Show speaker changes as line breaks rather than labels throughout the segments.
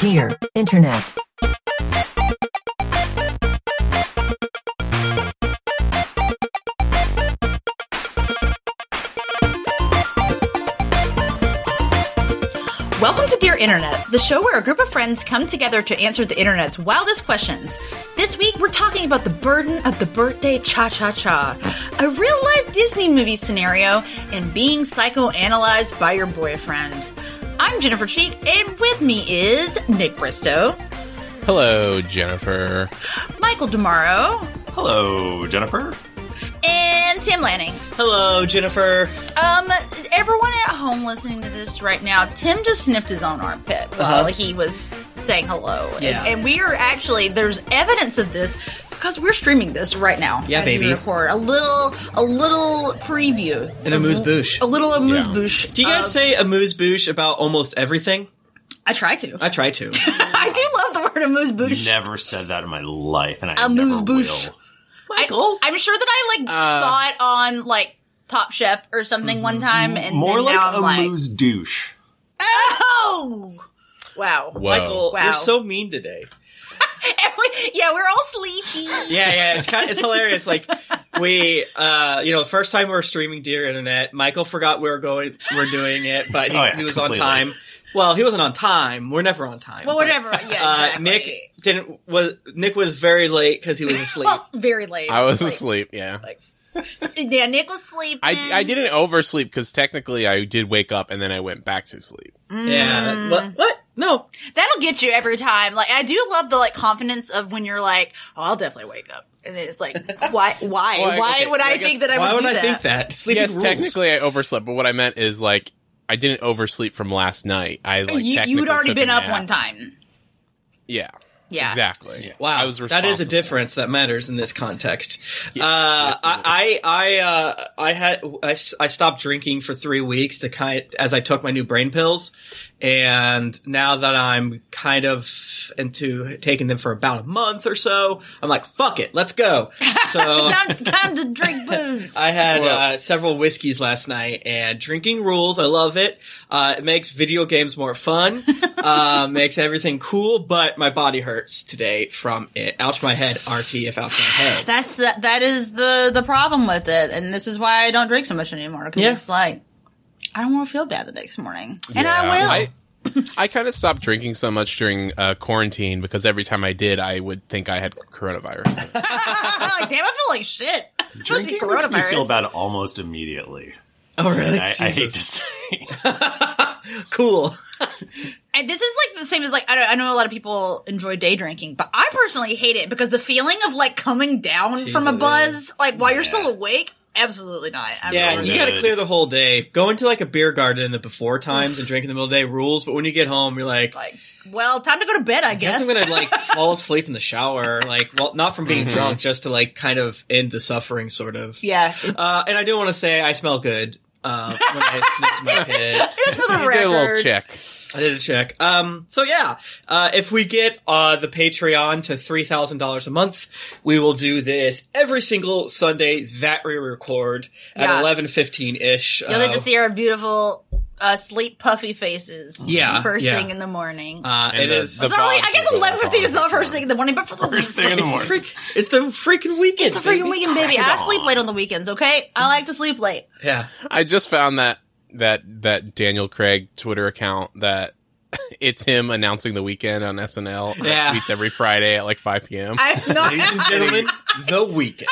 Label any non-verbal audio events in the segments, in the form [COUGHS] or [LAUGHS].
Dear Internet.
Welcome to Dear Internet, the show where a group of friends come together to answer the internet's wildest questions. This week, we're talking about the burden of the birthday cha cha cha, a real life Disney movie scenario, and being psychoanalyzed by your boyfriend. I'm Jennifer Cheek, and with me is Nick Bristow,
Hello, Jennifer.
Michael Demaro,
Hello, Jennifer.
and Tim Lanning.
Hello, Jennifer.
Um, everyone at home listening to this right now, Tim just sniffed his own armpit while
Uh-huh.
he was saying hello. And-
Yeah.
And, we are actually there's evidence of this because we're streaming this right now.
Yeah,
as we
baby.
record a little, a little preview,
An amuse-bouche.
a little amuse bouche.
Do Oh, you guys say amuse bouche about almost everything?
I try to. I,
[LAUGHS] I try
[LAUGHS] do
to.
love the word amuse bouche.
Never said that in my life, and I
Amuse
never
bouche.
will.
Michael. Uh,
I'm sure that I like saw it on like Top Chef or something one time, and
More
then
like
now I'm like,
amuse douche.
oh, wow.
Whoa.
Michael,
Wow. [LAUGHS]
you're so mean today.
yeah, we're all sleepy.
Yeah, yeah, it's kind it's hilarious. Like we, uh, you know, the first time we were streaming Dear Internet, Michael forgot we were going, we're doing it, but he,
Oh, yeah,
he was
completely.
on time. Well, he wasn't on time. We're never on time.
Well,
but,
whatever. Yeah,
Uh,
exactly.
Nick didn't was Nick was very late because he
[LAUGHS]
was asleep.
Well, very late.
I was
Like,
asleep, yeah.
[LAUGHS] Yeah, Nick was sleeping.
I, I didn't oversleep because technically I did wake up and then I went back to sleep.
Mm.
yeah. What? What? No.
That'll get you every time. Like I do love the like confidence of when you're like, oh, I'll definitely wake up. And then it's
[LAUGHS]
like, why? Why?
Well, I-
why
okay,
would I,
I guess-
think that I
Why
would, do
would I
that?
think that? [LAUGHS] Sleeping
yes,
rules.
technically I overslept, but what I meant is like I didn't oversleep from last night. I like
you
technically
you'd already
took a
been up
nap.
one time.
Yeah.
Yeah.
Exactly.
Wow,
I was
that is a
responsible.
difference that matters in this context. uh, I, I, I, uh, I had, I, s- I stopped drinking for three weeks to kind, as I took my new brain pills, and now that I'm kind of into taking them for about a month or so, I'm like, fuck it,
[LAUGHS]
let's go. So
Time, time to drink
[LAUGHS]
booze.
I had
Well-
uh, several whiskeys last night, and drinking rules. I love it. Uh, it makes video games more fun. uh, makes everything cool. But my body hurts today from it. Ouch my head. RT if ouch my head.
That's the, that is the the problem with it, and this is why I don't drink so much anymore. Because
Yeah.
it's like I don't want to feel bad the next morning, and
Yeah.
I will.
I,
[LAUGHS]
I kind of stopped drinking so much during uh, quarantine because every time I did, I would think I had
[LAUGHS]
coronavirus.
like, damn, I feel like shit. It's supposed to be
Drinking makes me
coronavirus.
feel bad almost immediately.
oh really?
I, I hate to
Jesus.
say.
cool.
And this is like the same as like I, don't, I know a lot of people enjoy day drinking, but I personally hate it because the feeling of like coming down from a
Jesus.
buzz, like while you're still awake, absolutely not. I'm
Yeah,
really
you
good.
got to clear the whole day. Going to like a beer garden in the before times and drinking in the middle of the day rules. But when you get home, you're like.
like, well, time to go to bed, I
I guess
guess.
I'm gonna like fall asleep in the shower, like well, not from being
Mm-hmm.
drunk, just to like kind of end the suffering, sort of.
yeah,
Uh, and I do want to say I smell good. Uh, when
[LAUGHS]
I sniffed my pit,
just
[LAUGHS]
for the
I did a little
record.
check.
I did a check. Um, so yeah, uh, if we get uh, the Patreon to three thousand dollars a month, we will do this every single Sunday that we record
Yeah.
at eleven uh, fifteen ish.
You'll get to see our beautiful uh, sleep puffy faces.
Yeah,
first
yeah.
thing in the morning.
Uh,
And
it
the-
is
the-
so really, I
vibes
guess
are
eleven fifty is
fine.
not first thing in the morning, but for the
First thing in the
it's,
morning.
freak, it's the freaking weekend.
It's the freaking
baby.
weekend, baby.
Crack
I
it
sleep
on.
late on the weekends. Okay, I like to sleep late.
Yeah,
I just found that that that Daniel Craig Twitter account that [LAUGHS] it's him announcing the weekend on SNL.
Yeah.
tweets every Friday at like five p.m.
I've not, [LAUGHS]
ladies and gentlemen, the weekend.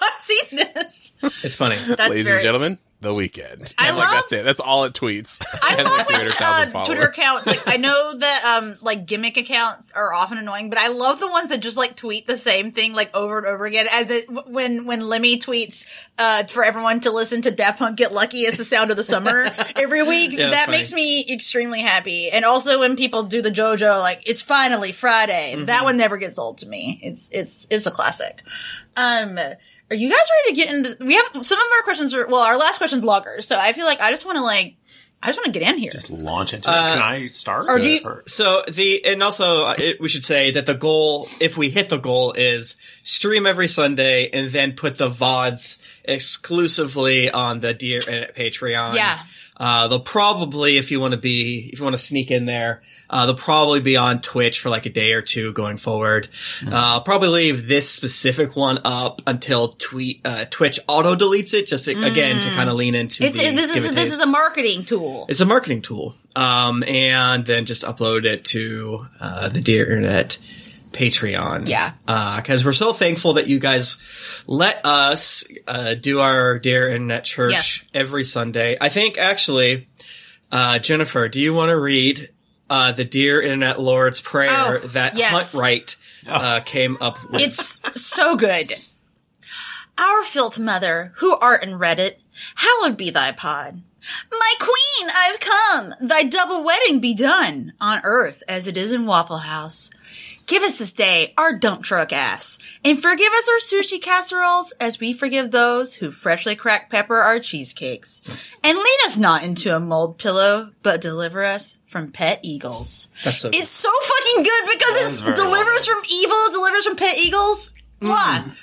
not seen this.
It's funny.
That's
Ladies
very,
and gentlemen, the weekend.
I
And, like,
love-
that's it. That's all it tweets.
[LAUGHS] I
It has,
love
like, 300,000
when uh, Twitter
followers.
accounts. Like I know that um like gimmick accounts are often annoying, but I love the ones that just like tweet the same thing like over and over again. As it when when Lemmy tweets uh for everyone to listen to Daft Punk "Get Lucky" as the sound of the summer every week.
Yeah,
that
funny.
makes me extremely happy. And also when people do the JoJo like it's finally Friday. That one never gets old to me. It's it's it's a classic. Um, are you guys ready to get into? We have some of our questions are well, our last question's loggers, so I feel like I just want to like, I just want to get in here.
[LAUGHS] Just launch into it. Can I start?
Uh, or do you-
Or-
So the and also uh, it, we should say that the goal, if we hit the goal, is stream every Sunday and then put the vods exclusively on the Dear Internet Patreon.
Yeah.
Uh, they'll probably, if you want to be, if you want to sneak in there, uh, they'll probably be on Twitch for like a day or two going forward. Uh, I'll probably leave this specific one up until tweet, uh, Twitch auto deletes it just to, again to kind of lean into
Mm. It's
the
it- this
give
is
a
this
taste.
is a marketing tool.
It's a marketing tool. Um, and then just upload it to uh, the Dear Internet Patreon.
Yeah.
Because we're so thankful that you guys let us uh, do our Dear Internet Church
Yes.
every Sunday. I think actually, uh, Jennifer, do you want to read uh, the Dear Internet Lord's Prayer
Oh,
that
yes.
Huntwright uh, came up with?
It's so good. Our filth mother, who art in Reddit, hallowed be thy pod. My queen, I've come. Thy double wedding be done on earth as it is in Waffle House. Give us this day our dump truck ass, and forgive us our sushi casseroles as we forgive those who freshly crack pepper our cheesecakes. And lead us not into a mold pillow, but deliver us from pet eagles.
That's so
It's so fucking good because
is
it
very
delivers from evil, delivers from pet eagles. Mwah.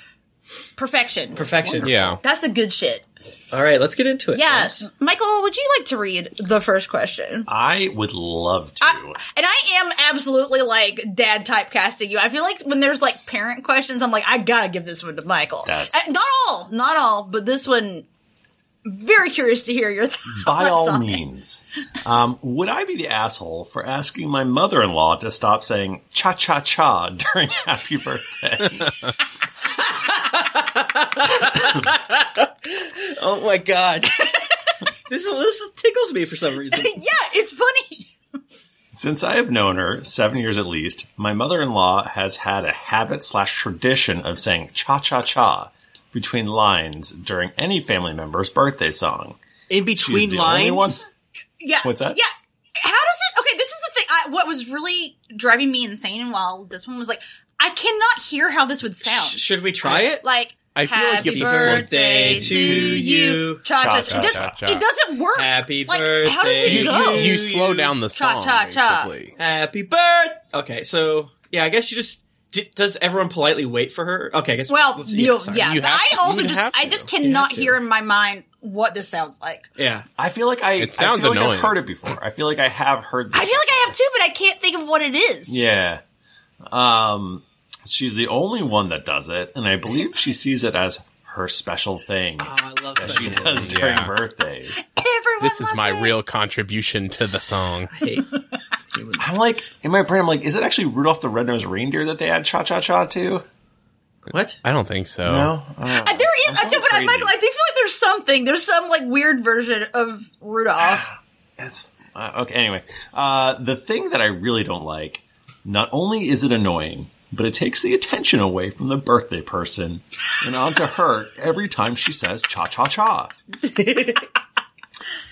Perfection.
perfection.
Yeah.
That's the good shit.
All right, let's get into it.
Yes.
guys.
Michael, would you like to read the first question?
I would love to.
I- and I am absolutely like dad typecasting you. I feel like when there's like parent questions, I'm like, I gotta give this one to Michael.
That's-
Uh, not all, not all, but this one. Very curious to hear your thoughts.
By all
on it.
means. Um, would I be the asshole for asking my mother in law to stop saying cha cha cha during [LAUGHS] happy birthday?
Oh my God.
[LAUGHS]
this, this tickles me for some reason.
[LAUGHS] Yeah, it's funny.
Since I have known her, seven years at least, my mother in law has had a habit slash tradition of saying cha cha cha between lines during any family member's birthday song.
In
She's
between
the only
lines.
one-
Yeah.
What's that?
Yeah. How does it? Okay, this is the thing. I, what was really driving me insane while this one was like, I cannot hear how this would sound.
Sh- should we try it?
like,
I feel like
happy
if this one-
birthday to you. Cha cha cha. It doesn't-
Cha-cha-cha.
It doesn't work.
Happy
like, How does
birthday
it
You,
go?
you, you slow down the
Cha,
song,
cha, cha.
basically.
Happy birth. Okay, so yeah, I guess you just d- does everyone politely wait for her? Okay, I guess
well,
let's-
you'll,
sorry.
yeah.
You
but
have
I
to.
also
You
just,
have
I
to.
just
You
cannot
have to.
hear in my mind what this sounds like.
yeah.
I feel like I,
It sounds
I feel Like
annoying.
I've heard it before. I feel like I have heard. This
I feel like I have two, but I can't think of what it is.
Yeah. Um, she's the only one that does it, and I believe she sees it as her special thing [LAUGHS]
Oh, I love
that she
special
does during
Yeah.
birthdays.
Everyone
This is
loves
my
it.
real contribution to the song.
hate.
I'm like, in my brain, I'm like, is it actually Rudolph the Red-Nosed Reindeer that they add Cha Cha Cha to?
What?
I don't think so.
No? I
Uh,
don't know.
There is, I
I'm
do,
so
but I,
crazy.
Michael, I do feel like there's something. There's some like weird version of Rudolph.
It's, uh, okay, anyway. Uh, the thing that I really don't like, not only is it annoying, but it takes the attention away from the birthday person and onto her every time she says Cha Cha Cha.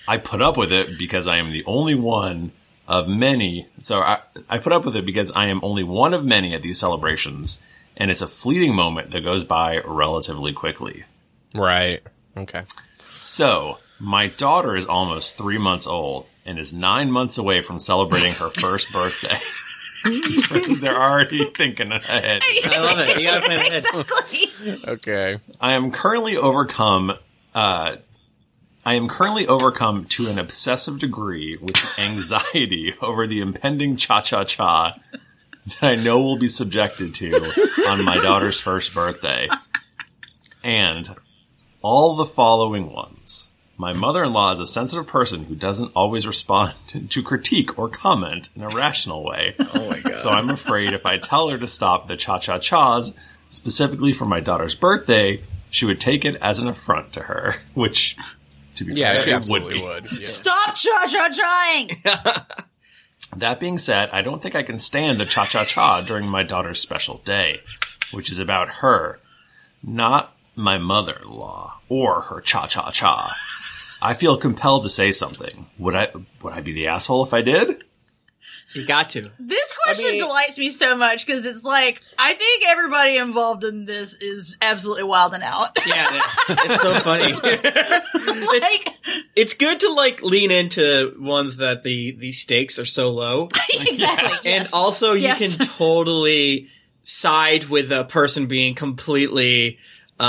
I put up with it because I am the only one of many. So I, I put up with it because I am only one of many at these celebrations, and it's a fleeting moment that goes by relatively quickly.
Right. Okay.
So my daughter is almost three months old and is nine months away from celebrating her first birthday. [LAUGHS] They're already thinking ahead.
I love it. You gotta
[LAUGHS]
plan ahead.
exactly.
Okay.
I am currently overcome. Uh, I am currently overcome to an obsessive degree with anxiety [LAUGHS] over the impending cha cha cha that I know will be subjected to on my daughter's first birthday, and all the following ones. My mother in law is a sensitive person who doesn't always respond [LAUGHS] to critique or comment in a rational way.
Oh my god.
So I'm afraid if I tell her to stop the cha cha chas, specifically for my daughter's birthday, she would take it as an affront to her, [LAUGHS] which, to be
Yeah,
fair,
she
it
absolutely
be.
would. Yeah.
Stop cha cha
[LAUGHS]
chaing.
That being said, I don't think I can stand the cha cha cha during my daughter's special day, which is about her, not my mother in law or her cha cha cha. I feel compelled to say something. Would I would I be the asshole if I did?
You got to.
This question delights me so much because it's like I think everybody involved in this is absolutely wild and out. [LAUGHS]
Yeah, yeah. it's so [LAUGHS] funny. it's, [LAUGHS]
like
it's good to like lean into ones that the the stakes are so low.
exactly.
And
yes.
also,
[LAUGHS]
you
Yes.
can totally side with a person being completely uh,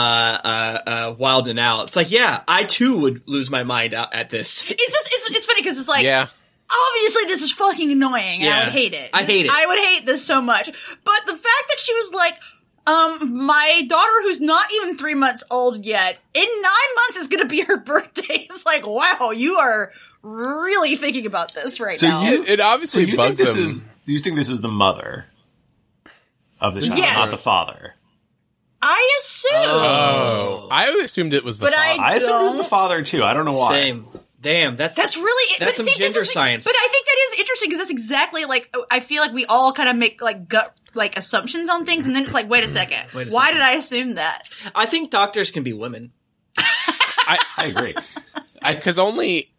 uh, uh, wild and out. It's like, yeah, I too would lose my mind out at this.
It's just it's, it's funny because it's like
yeah.
obviously this is fucking annoying. and I
Yeah.
would hate it.
I hate it.
I would hate this so much. But the fact that she was like, um, my daughter who's not even three months old yet, in nine months is gonna be her [LAUGHS] birthday. It's like, wow, you are really thinking about this right
So
now.
you-
It, it
So
obviously
you think
bugs
this
him.
is? Do you think this is the mother of the child,
Yes.
not the father?
I assume
[LAUGHS]
oh, I assumed it was the.
But I-
father.
I assumed it was the
Don't.
father too. I don't know why.
Same. Damn, that's
That's really
That's
but
some
see, this
gender
is the-
science.
But I think that is interesting because that's exactly like oh, I feel like we all kind of make like gut like assumptions on things, and then it's like, wait a second,
Wait a
why
second.
did I assume that?
I think doctors can be women.
I agree.
because only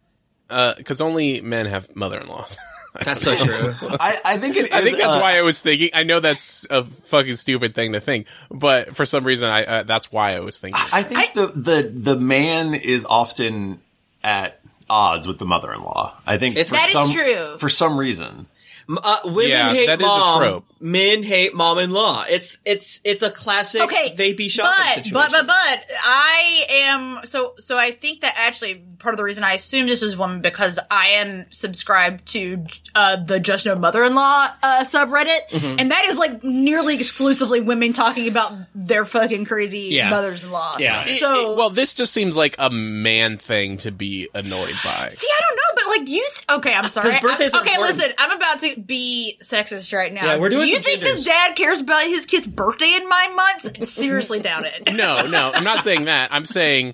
because only men have mother-in-laws. [LAUGHS]
That's so true.
I, I think it is.
I think that's
uh,
why I was thinking. I know that's a fucking stupid thing to think, but for some reason, I uh, that's why I was thinking.
I think the, the the man is often at odds with the mother-in-law. I think
It's-
for
That
is
some,
true.
For some reason,
M- uh, women
Yeah,
hate
that is a
mom.
trope.
Men hate mom-in-law. It's it's it's a classic.
Okay,
they be shopping
but,
situation.
but but but I am so so. I think that actually part of the reason I assume this is woman because I am subscribed to uh, the Just No Mother in Law uh, subreddit,
Mm-hmm.
and that is like nearly exclusively women talking about their fucking crazy
Yeah.
mothers in law.
Yeah. It-
so
well, this just seems like a man thing to be annoyed by.
See, I don't know, but like you. Th- okay, I'm sorry.
'Cause birthdays
I-
are
okay,
important.
listen, I'm about to be sexist right now.
Yeah, we're doing
Do you
some
think this
genders.
dad cares about his kid's birthday in nine months? Seriously, doubt
[LAUGHS]
it.
No, no, I'm not saying that. I'm saying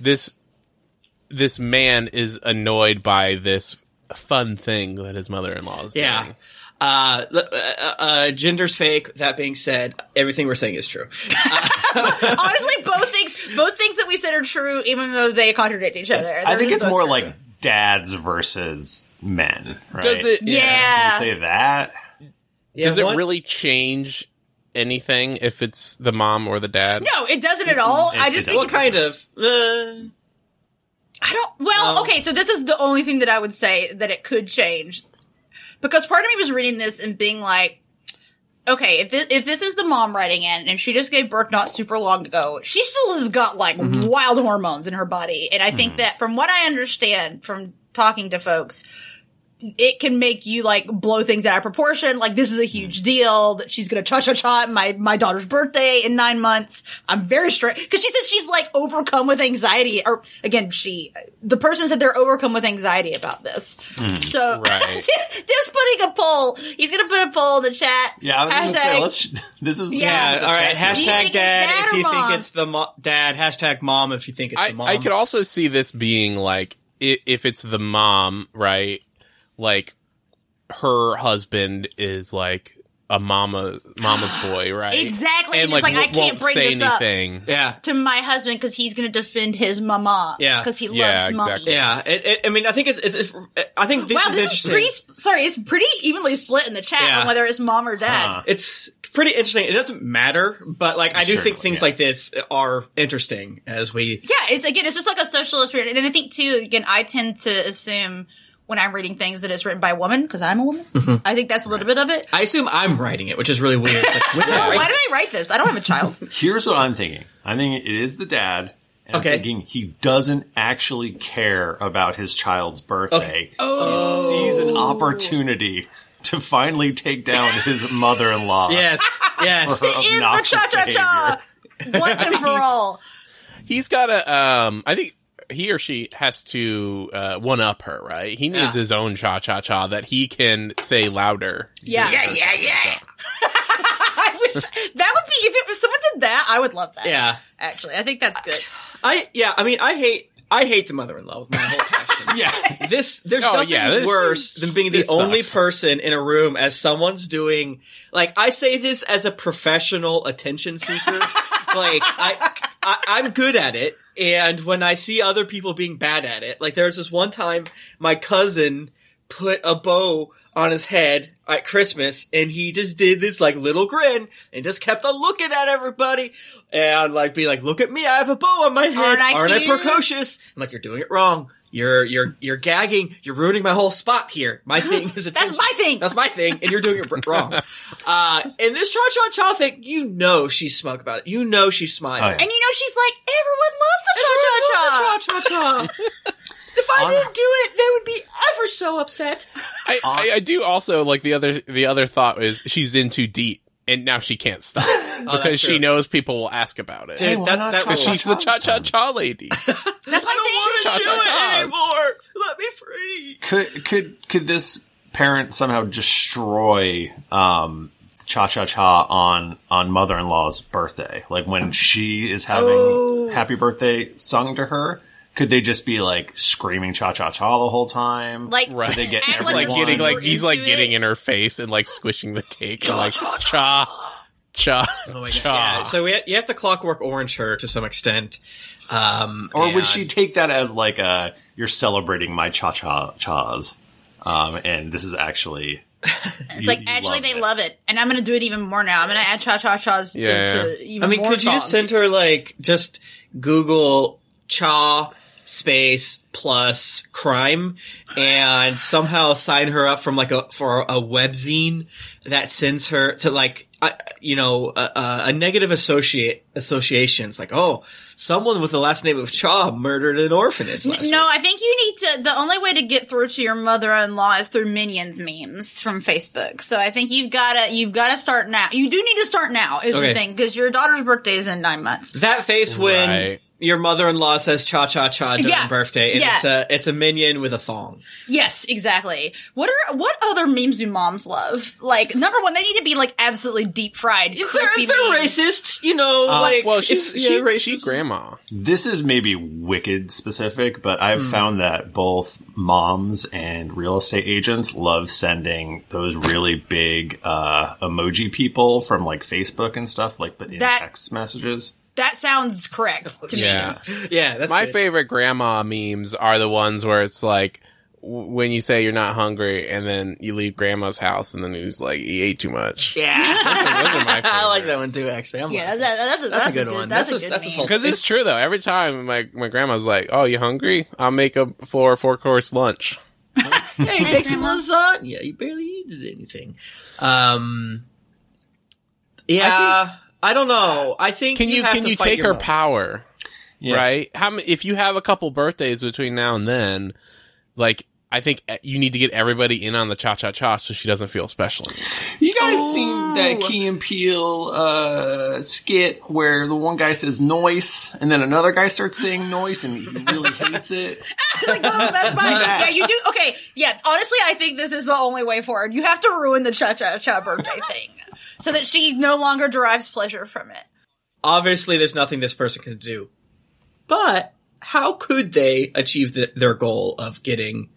this this man is annoyed by this fun thing that his mother-in-law is
yeah.
doing.
Uh, l- uh, uh, gender's fake. That being said, everything we're saying is true.
Honestly, both things, both things that we said are true, even though they contradict each other.
I
They're
think
just
it's
both
more
true.
like dads versus men. Right?
Does it
yeah.
Say that.
Yeah,
does it
one-
really change anything if it's the mom or the dad?
No, it doesn't at all. I just
it
think
Well, kind of. Uh,
I don't. Well,
No.
okay, so this is the only thing that I would say that it could change, because part of me was reading this and being like, okay, if this, if this is the mom writing in and she just gave birth not super long ago, she still has got like wild hormones in her body, and I think that from what I understand from talking to folks. It can make you like blow things out of proportion. Like this is a huge deal that she's gonna cha cha cha at my my daughter's birthday in nine months. I'm very stressed because she says she's like overcome with anxiety. Or again, she the person said they're overcome with anxiety about this. So
Right.
[LAUGHS] Tim- Tim's putting a poll. He's gonna put a poll in the chat.
Yeah, I was going to say
Hashtag-
let's. [LAUGHS] This is
Yeah.
yeah, all right.
Chat
Do you think
Hashtag
it's
dad
dad
if
or
you
mom?
think it's the mo- dad. Hashtag mom if you think it's the
I,
mom.
I could also see this being like i- if it's the mom, right? Like her husband is like a mama
[GASPS]
mama's boy, right?
Exactly,
And
and it's like,
like,
I
w-
can't
won't
bring
say
this up.
anything.
yeah.
to my husband because he's gonna defend his mama.
Yeah.
because he loves
Yeah,
mommy.
exactly.
Yeah, it, it, I mean, I think it's, it's, it's. I think this
Wow,
is
this is
interesting.
pretty. sp- Sorry, it's pretty evenly split in the chat
Yeah.
on whether it's mom or dad.
Huh.
it's pretty interesting. It doesn't matter, but like I do
Sure,
think things
yeah.
like this are interesting as we.
Yeah, it's again, it's just like a social experience, and I think too, again, I tend to assume when I'm reading things that it's written by a woman because I'm a woman.
Mm-hmm.
I think that's a little bit of it. Oh,
I assume I'm writing it, which is
[LAUGHS]
really weird. Like, when did I
Why
write
did
this?
I write this? I don't have a
[LAUGHS]
child.
Here's what I'm thinking. I'm thinking it is the dad. And
Okay.
I'm thinking he doesn't actually care about his child's birthday.
Okay.
Oh. He sees an opportunity to finally take down his
[LAUGHS]
mother-in-law.
Yes, yes.
Or
[LAUGHS]
in the
obnoxious
cha cha cha, once and for
[LAUGHS]
all.
He's got a um I think he or she has to uh, one up her, right? He needs
Yeah.
his own cha cha cha that he can say louder.
Yeah, yeah, yeah, yeah. [LAUGHS] I wish that would be if, it, if someone did that, I would love that.
yeah,
actually, I think that's good.
I yeah. I mean, I hate I hate the mother-in-law with my
[LAUGHS]
whole passion.
Yeah.
This there's
Oh,
nothing
yeah, this-
worse than being the
this
only
sucks.
person in a room as someone's doing like I say this as a professional attention seeker.
[LAUGHS]
like I, I I'm good at it, and when I see other people being bad at it, like there was this one time my cousin put a bow on his head at Christmas, and he just did this like little grin and just kept on looking at everybody and like being like, "Look at me, I have a bow on my head.
Aren't I
Aren't I
cute?"
precocious?" I'm like, "You're doing it wrong." You're you're you're gagging. You're ruining my whole spot here. My thing is attention.
my thing.
That's my thing, and you're doing it br- wrong. Uh, and this cha cha cha thing, you know she's smug about it. You know she's smiling.
Oh, yeah.
And you know, she's like, everyone loves the cha cha cha.
cha cha cha. If I
On-
didn't do it, they would be ever so upset.
I,
Uh,
I, I do also like the other the other thought is she's in too deep and now she
[LAUGHS]
can't stop because she
true.
knows people will ask about it.
Dude,
why
that-
not
that-
try
Because
one
She's the
time
cha cha
sometime?
cha lady.
That's my
I
thing.
don't want to do
Cha-cha-chas.
it anymore. Let me free.
Could could could this parent somehow destroy um, Cha Cha Cha on on mother in law's birthday? Like when she is having
Oh.
Happy Birthday sung to her, could they just be like screaming Cha Cha Cha the whole time?
Like,
Right. They
get
act
everyone-
like
the
getting
super
like he's like
into
getting
it.
in her face and like squishing the cake and like cha cha cha.
Yeah,
Ah.
so we ha- you have to clockwork orange her to some extent. Um,
or would
and-
she take that as like a you're celebrating my Cha Cha Chas, um, and this is actually
[LAUGHS] It's like, actually, they love it. And I'm going to do it even more now. I'm going to add cha cha chas
Yeah,
to, to even
I mean,
more
could you just send her like just Google cha space plus crime and somehow sign her up from like a for a webzine that sends her to like uh, you know a- a, a negative associate associations like oh someone with the last name of cha murdered an orphanage last
No, I think you need to. The only way to get through to your mother-in-law is through minions memes from Facebook. So I think you've got to you've got to start now. You do need to start now is the
Okay.
thing because your daughter's birthday is in nine months.
That face when
Right.
your mother-in-law says "cha cha cha" during
Yeah.
birthday, and
Yeah.
it's a it's a minion with a thong.
Yes, exactly. What are what other memes do moms love? Like number one, they need to be like absolutely deep fried.
If they're, if they're racist, you know, like
Uh, Well, she's
if- yeah,
she, she grandma.
This is maybe wicked specific, but I've
Hmm.
found that both moms and real estate agents love sending those really big uh, emoji people from like Facebook and stuff, like but in
That-
text messages.
That sounds correct to me.
Yeah.
yeah, that's
My
good.
favorite grandma memes are the ones where it's like w- when you say you're not hungry and then you leave grandma's house and then he's like he ate too much.
Yeah,
[LAUGHS] Those are my
[LAUGHS] I like that one too. Actually, I'm
Yeah,
like-
that's a, that's a, that's a good one. That's, a,
just-
good
that's a
meme.
solid-
Because it's true though. Every time my my grandma's like, "Oh, you hungry? I'll make a four four course lunch."
hey, you take some lasagna. You barely eated anything. Um, yeah, I, don't know. I think
Can you,
have
can
to
you
fight
take
your
her
mom.
power?
Yeah.
Right? How m- if you have a couple birthdays between now and then, like I think eh, you need to get everybody in on the cha cha cha so she doesn't feel special.
You guys seen that Key and Peele uh, skit where the one guy says "noise" and then another guy starts saying "noise" and he
[LAUGHS]
really hates it.
[LAUGHS] like, [LAUGHS] oh, that's fine. Yeah, you do. Okay, yeah. Honestly, I think this is the only way forward. You have to ruin the cha cha cha
[LAUGHS]
birthday thing so that she no longer derives pleasure from it.
Obviously, there's nothing this person can do. But how could they achieve the, their goal of getting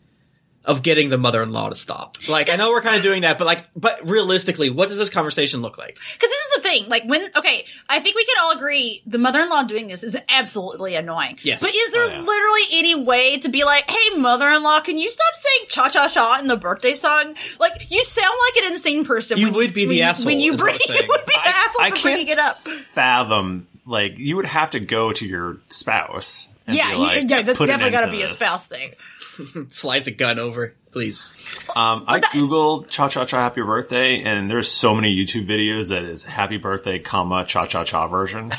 of getting the mother-in-law to stop? Like, I know we're kind of doing that, but like, but realistically, what does this conversation look like?
Because this is the thing. Like when okay, I think we can all agree the mother in law doing this is absolutely annoying.
Yes. Oh,
But is there literally any way to be like, hey, mother in law, can you stop saying cha cha cha in the birthday song? Like you sound like an insane person.
You
when
would be the
when you-
asshole,
when you
is what
bring. [LAUGHS]
I'm
You
saying.
would be the asshole for bringing it up.
fathom. Like you would have to go to your spouse. and
Yeah,
be
you-
like,
yeah. That's
"Put an
definitely
end
got to
to
be a
this."
spouse thing.
Slides a gun over, please.
Um, I googled cha cha cha happy birthday, and there's so many YouTube videos that is happy birthday, comma cha cha cha version.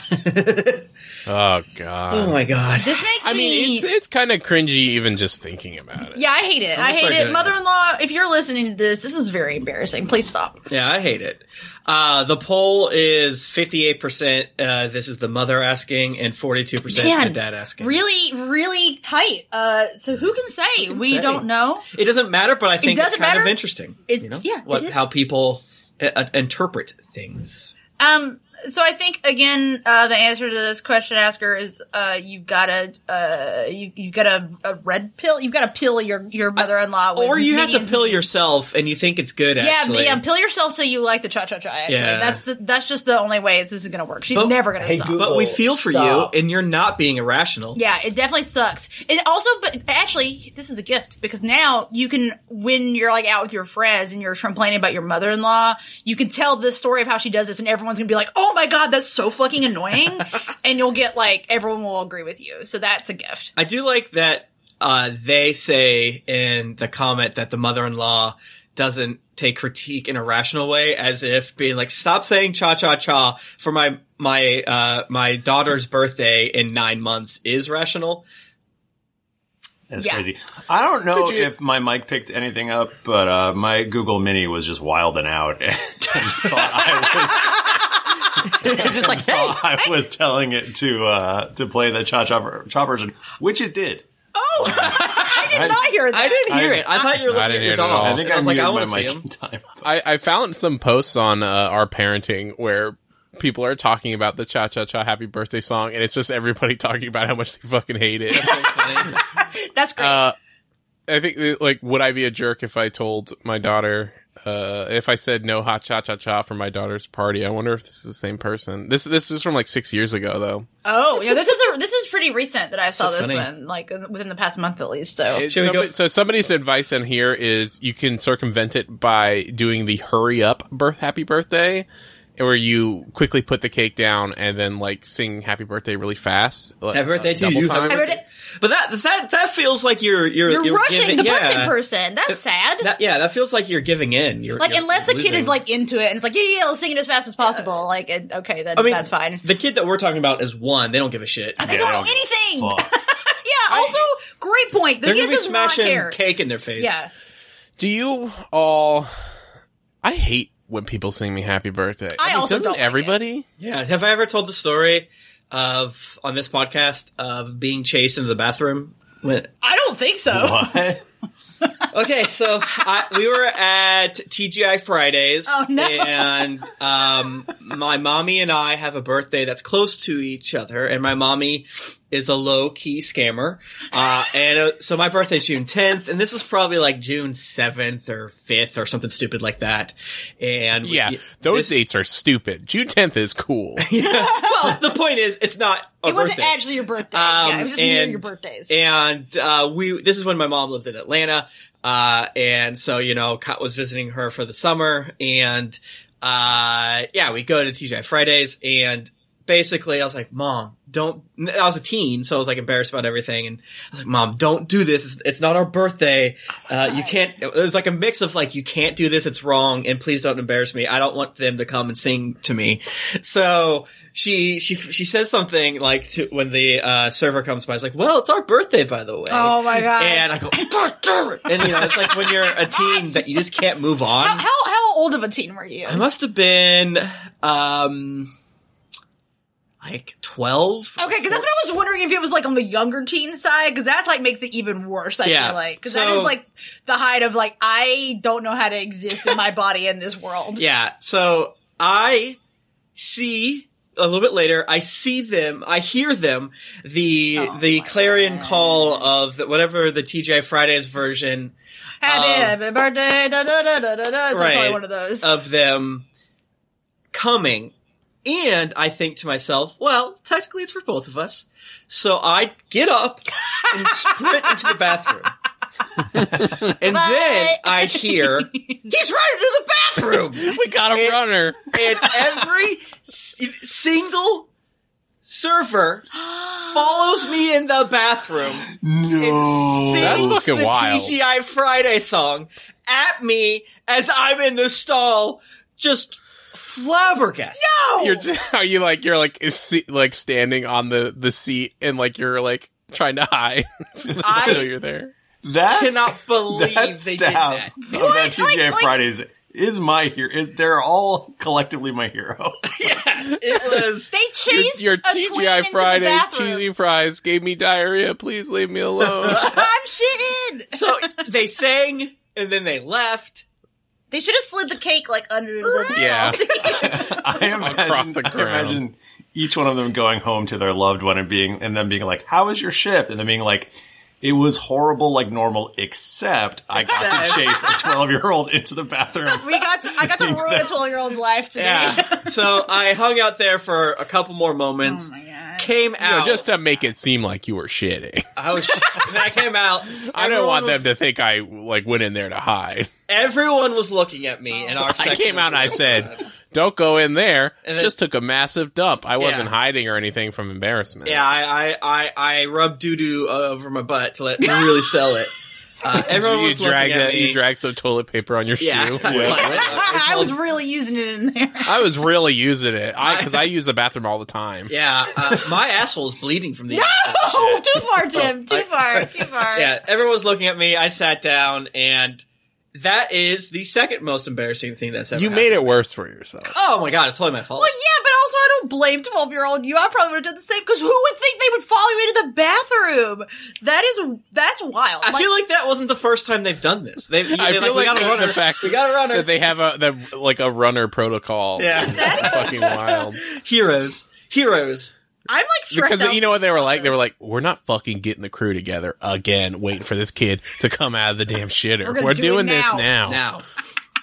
Oh god.
Oh my god.
This makes
I
me.
mean, it's it's kind of cringy even just thinking about it.
Yeah, I hate it. i
gonna start
hate
doing
it.
it.
Mother in law, if you're listening to this, this is very embarrassing. Please stop.
Yeah, I hate it. Uh, the poll is 58%. Uh, this is the mother asking and 42%
Man,
the dad asking.
Really, really tight. Uh, so who can say? we
say?
don't know.
It doesn't matter, but I think it's
doesn't
kind of
matter.
interesting.
It's-
you know,
yeah,
what
it is.
how people uh, uh, interpret things.
Um, so I think again, uh, the answer to this question asker is, uh, you've got a, uh, you, you've got a, a red pill. You've got to pill your, your mother-in-law. with
Uh, Or you have to
minions.
pill yourself and you think it's good,
Yeah,
actually.
yeah, pill yourself so you like the cha cha cha. actually.
Yeah.
That's the, that's just the only way it's, this is going to work. She's
But-
never going to
Hey,
stop.
Google.
but we feel for
Stop.
you and you're not being irrational.
Yeah, it definitely sucks. It also, but actually, this is a gift because now you can, when you're like out with your friends and you're complaining about your mother in law, you can tell this story of how she does this, and everyone's gonna be like, "Oh my god, that's so fucking
[LAUGHS]
annoying," and you'll get like everyone will agree with you. So that's a gift.
I do like that uh, they say in the comment that the mother-in-law doesn't take critique in a rational way as if being like stop saying cha cha cha for my my uh my daughter's birthday in 9 months is rational
That's
Yeah.
crazy. I don't know
Could you-
if my mic picked anything up, but uh, my Google Mini was just wilding out [LAUGHS] and
[LAUGHS]
thought I was. just like, I was telling it to uh, to play the cha cha cha version, which it did.
[LAUGHS]
I did not hear that.
I didn't hear
I-
it. I thought you were
I
looking at
didn't
your
hear it at all.
dogs.
I
I,
think
I was like, I
muted
want to
my
see
mic
them.
in
[LAUGHS]
time.
I, I found some posts on uh, our parenting where people are talking about the Cha Cha Cha Happy Birthday song, and it's just everybody [LAUGHS] talking about how much they fucking hate it.
So funny.
That's great.
Uh, I think that, like, would I be a jerk if I told my daughter? Uh, if I said no hot cha cha cha for my daughter's party, I wonder if this is the same person. This this is from like six years ago though.
oh, yeah. This is a, this is pretty recent that I saw this
funny.
one, like in- within the past month at least. So
It-
Should we
somebody-
go-
so somebody's advice in here is you can circumvent it by doing the hurry up birth happy birthday, where you quickly put the cake down and then like sing happy birthday really fast. like,
Happy birthday
uh,
to
double
you.
time.
Happy
I read it-
But that that that feels like you're you're
you're, rushing
giving-
the
yeah.
birthday person. That's sad.
That, yeah, that feels like you're giving in. You're,
like
you're
unless the kid
losing.
is like into it and it's like yeah yeah, yeah let's sing it as fast as possible. Like it, okay, then
I mean,
that's fine.
The kid that we're talking about is one. They don't give a shit.
They
Yeah,
don't
I
know
don't give a
anything.
fuck.
[LAUGHS] yeah. Also, great point. The
They're
kid
gonna be
does not
smashing
care.
cake in their face.
Yeah.
Do you all? I hate when people sing me happy birthday.
I also
doesn't
don't like it.
everybody.
Yeah. Have I ever told the story of on this podcast of being chased into the bathroom? When,
I don't think so.
What?
okay, so I, we were at TGI Fridays,
Oh, no.
and um, my mommy and I have a birthday that's close to each other, and my mommy is a low key scammer, uh, and uh, so my birthday's June tenth, and this was probably like June seventh or fifth or something stupid like that, and we-
Yeah, those
this-
dates are stupid. June 10th is cool.
[LAUGHS] Well, the point is, it's not a
It wasn't
birthday. Um,
actually your birthday. yeah, it was just near your birthdays.
And uh, we this is when my mom lived in Atlanta, uh, and so you know, Kat was visiting her for the summer, and uh, yeah, we go to TGI Fridays, and basically, I was like, Mom, don't. I was a teen, so I was like embarrassed about everything, and I was like, Mom, don't do this. It's, it's not our birthday. Uh, you can't. It was like a mix of like, you can't do this. It's wrong, and please don't embarrass me. I don't want them to come and sing to me. So she she she says something like to when the uh, server comes by. It's like, well, it's our birthday, by the way.
Oh, my God.
And I go, "Oh, "God damn it." and you know, it's like when you're a teen that you just can't move on.
how, how how old of a teen were you?
I must have been um like 12.
Okay, because that's what I was wondering if it was like on the younger teen side, because that's like makes it even worse. I
Yeah.
feel like 'Cause that
So-
is like the height of like I don't know how to exist in
[LAUGHS]
my body in this world.
Yeah. So I see a little bit later. I see them. I hear them. The the clarion call of the, whatever the TGI Fridays version
Happy birthday, da da da da da da. It's like probably
um, Right.
one of those.
of them coming. And I think to myself, well, technically it's for both of us. So I get up and sprint into the bathroom. and then
Bye.
I hear, he's running to the bathroom!
we got a runner.
and every s- single server follows me in the bathroom and
That's
sings
fucking
the
wild.
TGI Friday song at me as I'm in the stall, just flabbergasted.
You're just, [LAUGHS] are you like you're like is se- like standing on the the seat and like you're like trying to hide [LAUGHS]
I-
until you're there.
That
I cannot believe
that
they did
staff
that.
of that TGI
Like- like-
Fridays is my hero. Is, they're all collectively my hero.
It was.
they chased
Your
a twin
TGI
into the
Fridays
bathroom.
cheesy fries gave me diarrhea. Please leave me
[LAUGHS]
alone.
[LAUGHS] I'm shitting.
So they sang and then they left.
They should have slid the cake like under
[LAUGHS]
the
[LAUGHS] Yeah.
I imagine,
Across the
I
ground.
imagine each one of them going home to their loved one and being and them being like, "How was your shift?" and then being like. It was horrible, like normal, except I got to
Except-
chase a twelve-year-old into the bathroom.
We got to, I got to
[LAUGHS]
Seeing
ruin a
that.
12 year old's life today. [LAUGHS]
Yeah. so I hung out there for a couple more moments.
Oh
Came
You know,
out.
just to make it seem like you were shitting. [LAUGHS]
I was, [LAUGHS] and then I came out.
I don't
Everyone
want
was-
them to think I like went in there to hide.
[LAUGHS] Everyone was looking at me, and our
Oh.
I
section
came out and I
was-
said, Don't go in there.
And then-
Just took a massive dump. I wasn't
Yeah.
hiding or anything from embarrassment.
[LAUGHS] Yeah, I I I, I rubbed doo doo over my butt
[LAUGHS]
to let really sell it. Uh,
[LAUGHS]
everyone
you
was looking
dragged
at
that-
me.
You dragged some toilet paper on your
[LAUGHS] yeah,
shoe.
[LAUGHS] [LAUGHS] I was really using it in
[LAUGHS]
there.
I was really using it. I because I use the bathroom all the time.
Yeah, uh, my asshole's bleeding from the.
[LAUGHS] No,
Oh,
too far,
[LAUGHS]
Tim. Too far. Too far.
Yeah, everyone was looking at me. I sat down, and that is the second most embarrassing thing that's ever.
You
happened.
made it worse for yourself.
Oh my god, it's totally my fault.
But yeah, but also I don't blame twelve year old you. I probably would have done the same because who would think they would follow you into the bathroom? That is that's wild.
I feel like that wasn't the first time they've done this. They've
[LAUGHS] I
they're
feel
like,
like,
we got a runner.
the fact
we got a runner.
that they have a the, like a runner protocol.
Yeah.
is
[LAUGHS]
fucking wild.
heroes, heroes.
I'm like stressed
Because
out.
you know what they were like? They were
this. [LAUGHS]
like, "We're not fucking getting the crew together again, waiting for this kid to come out of the damn shitter.
We're gonna
We're,
do it
doing
now."
this now."
Now,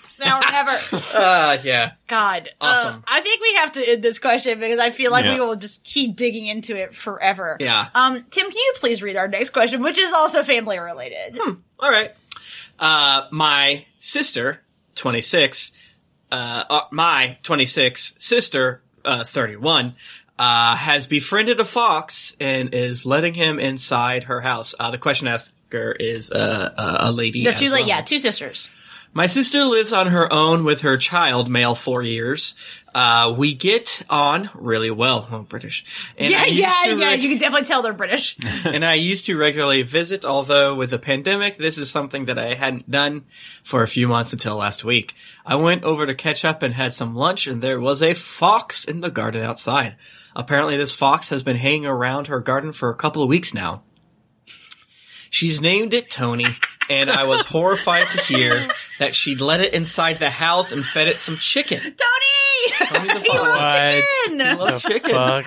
It's now or
[LAUGHS]
never.
uh, yeah.
God, Uh,
Awesome.
I think we have to end this question because I feel like we
Yeah.
will just keep digging into it forever.
Yeah.
Um, Tim, can you please read our next question, which is also family related?
All right. Uh, my sister, 26, uh, uh, my 26 sister, uh, 31, uh, has befriended a fox and is letting him inside her house. Uh, the question asker is uh, a, a lady.
They're
as
two, like,
well.
yeah, two sisters.
My sister lives on her own with her child, male four years. Uh, we get on really well. Oh, British. And
yeah,
I used
yeah,
to
yeah.
reg-
you can definitely tell they're British.
and I used to regularly visit, although with the pandemic, this is something that I hadn't done for a few months until last week. I went over to catch up and had some lunch, and there was a fox in the garden outside. Apparently, this fox has been hanging around her garden for a couple of weeks now. She's named it Tony, and I was horrified to hear that she'd let it inside the house and fed it some chicken.
Tony!
Tony
[LAUGHS]
the
he
fox.
loves
He
chicken!
loves chicken [LAUGHS]
Fuck.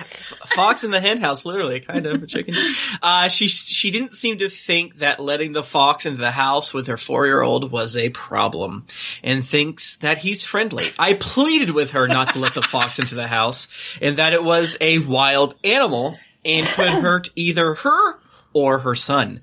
fox in the hen house, literally, kind of a chicken. Uh, she she didn't seem to think that letting the fox into the house with her four year old was a problem, and thinks that he's friendly. I pleaded with her not to let the fox into the house, and that it was a wild animal and could hurt either her or her son.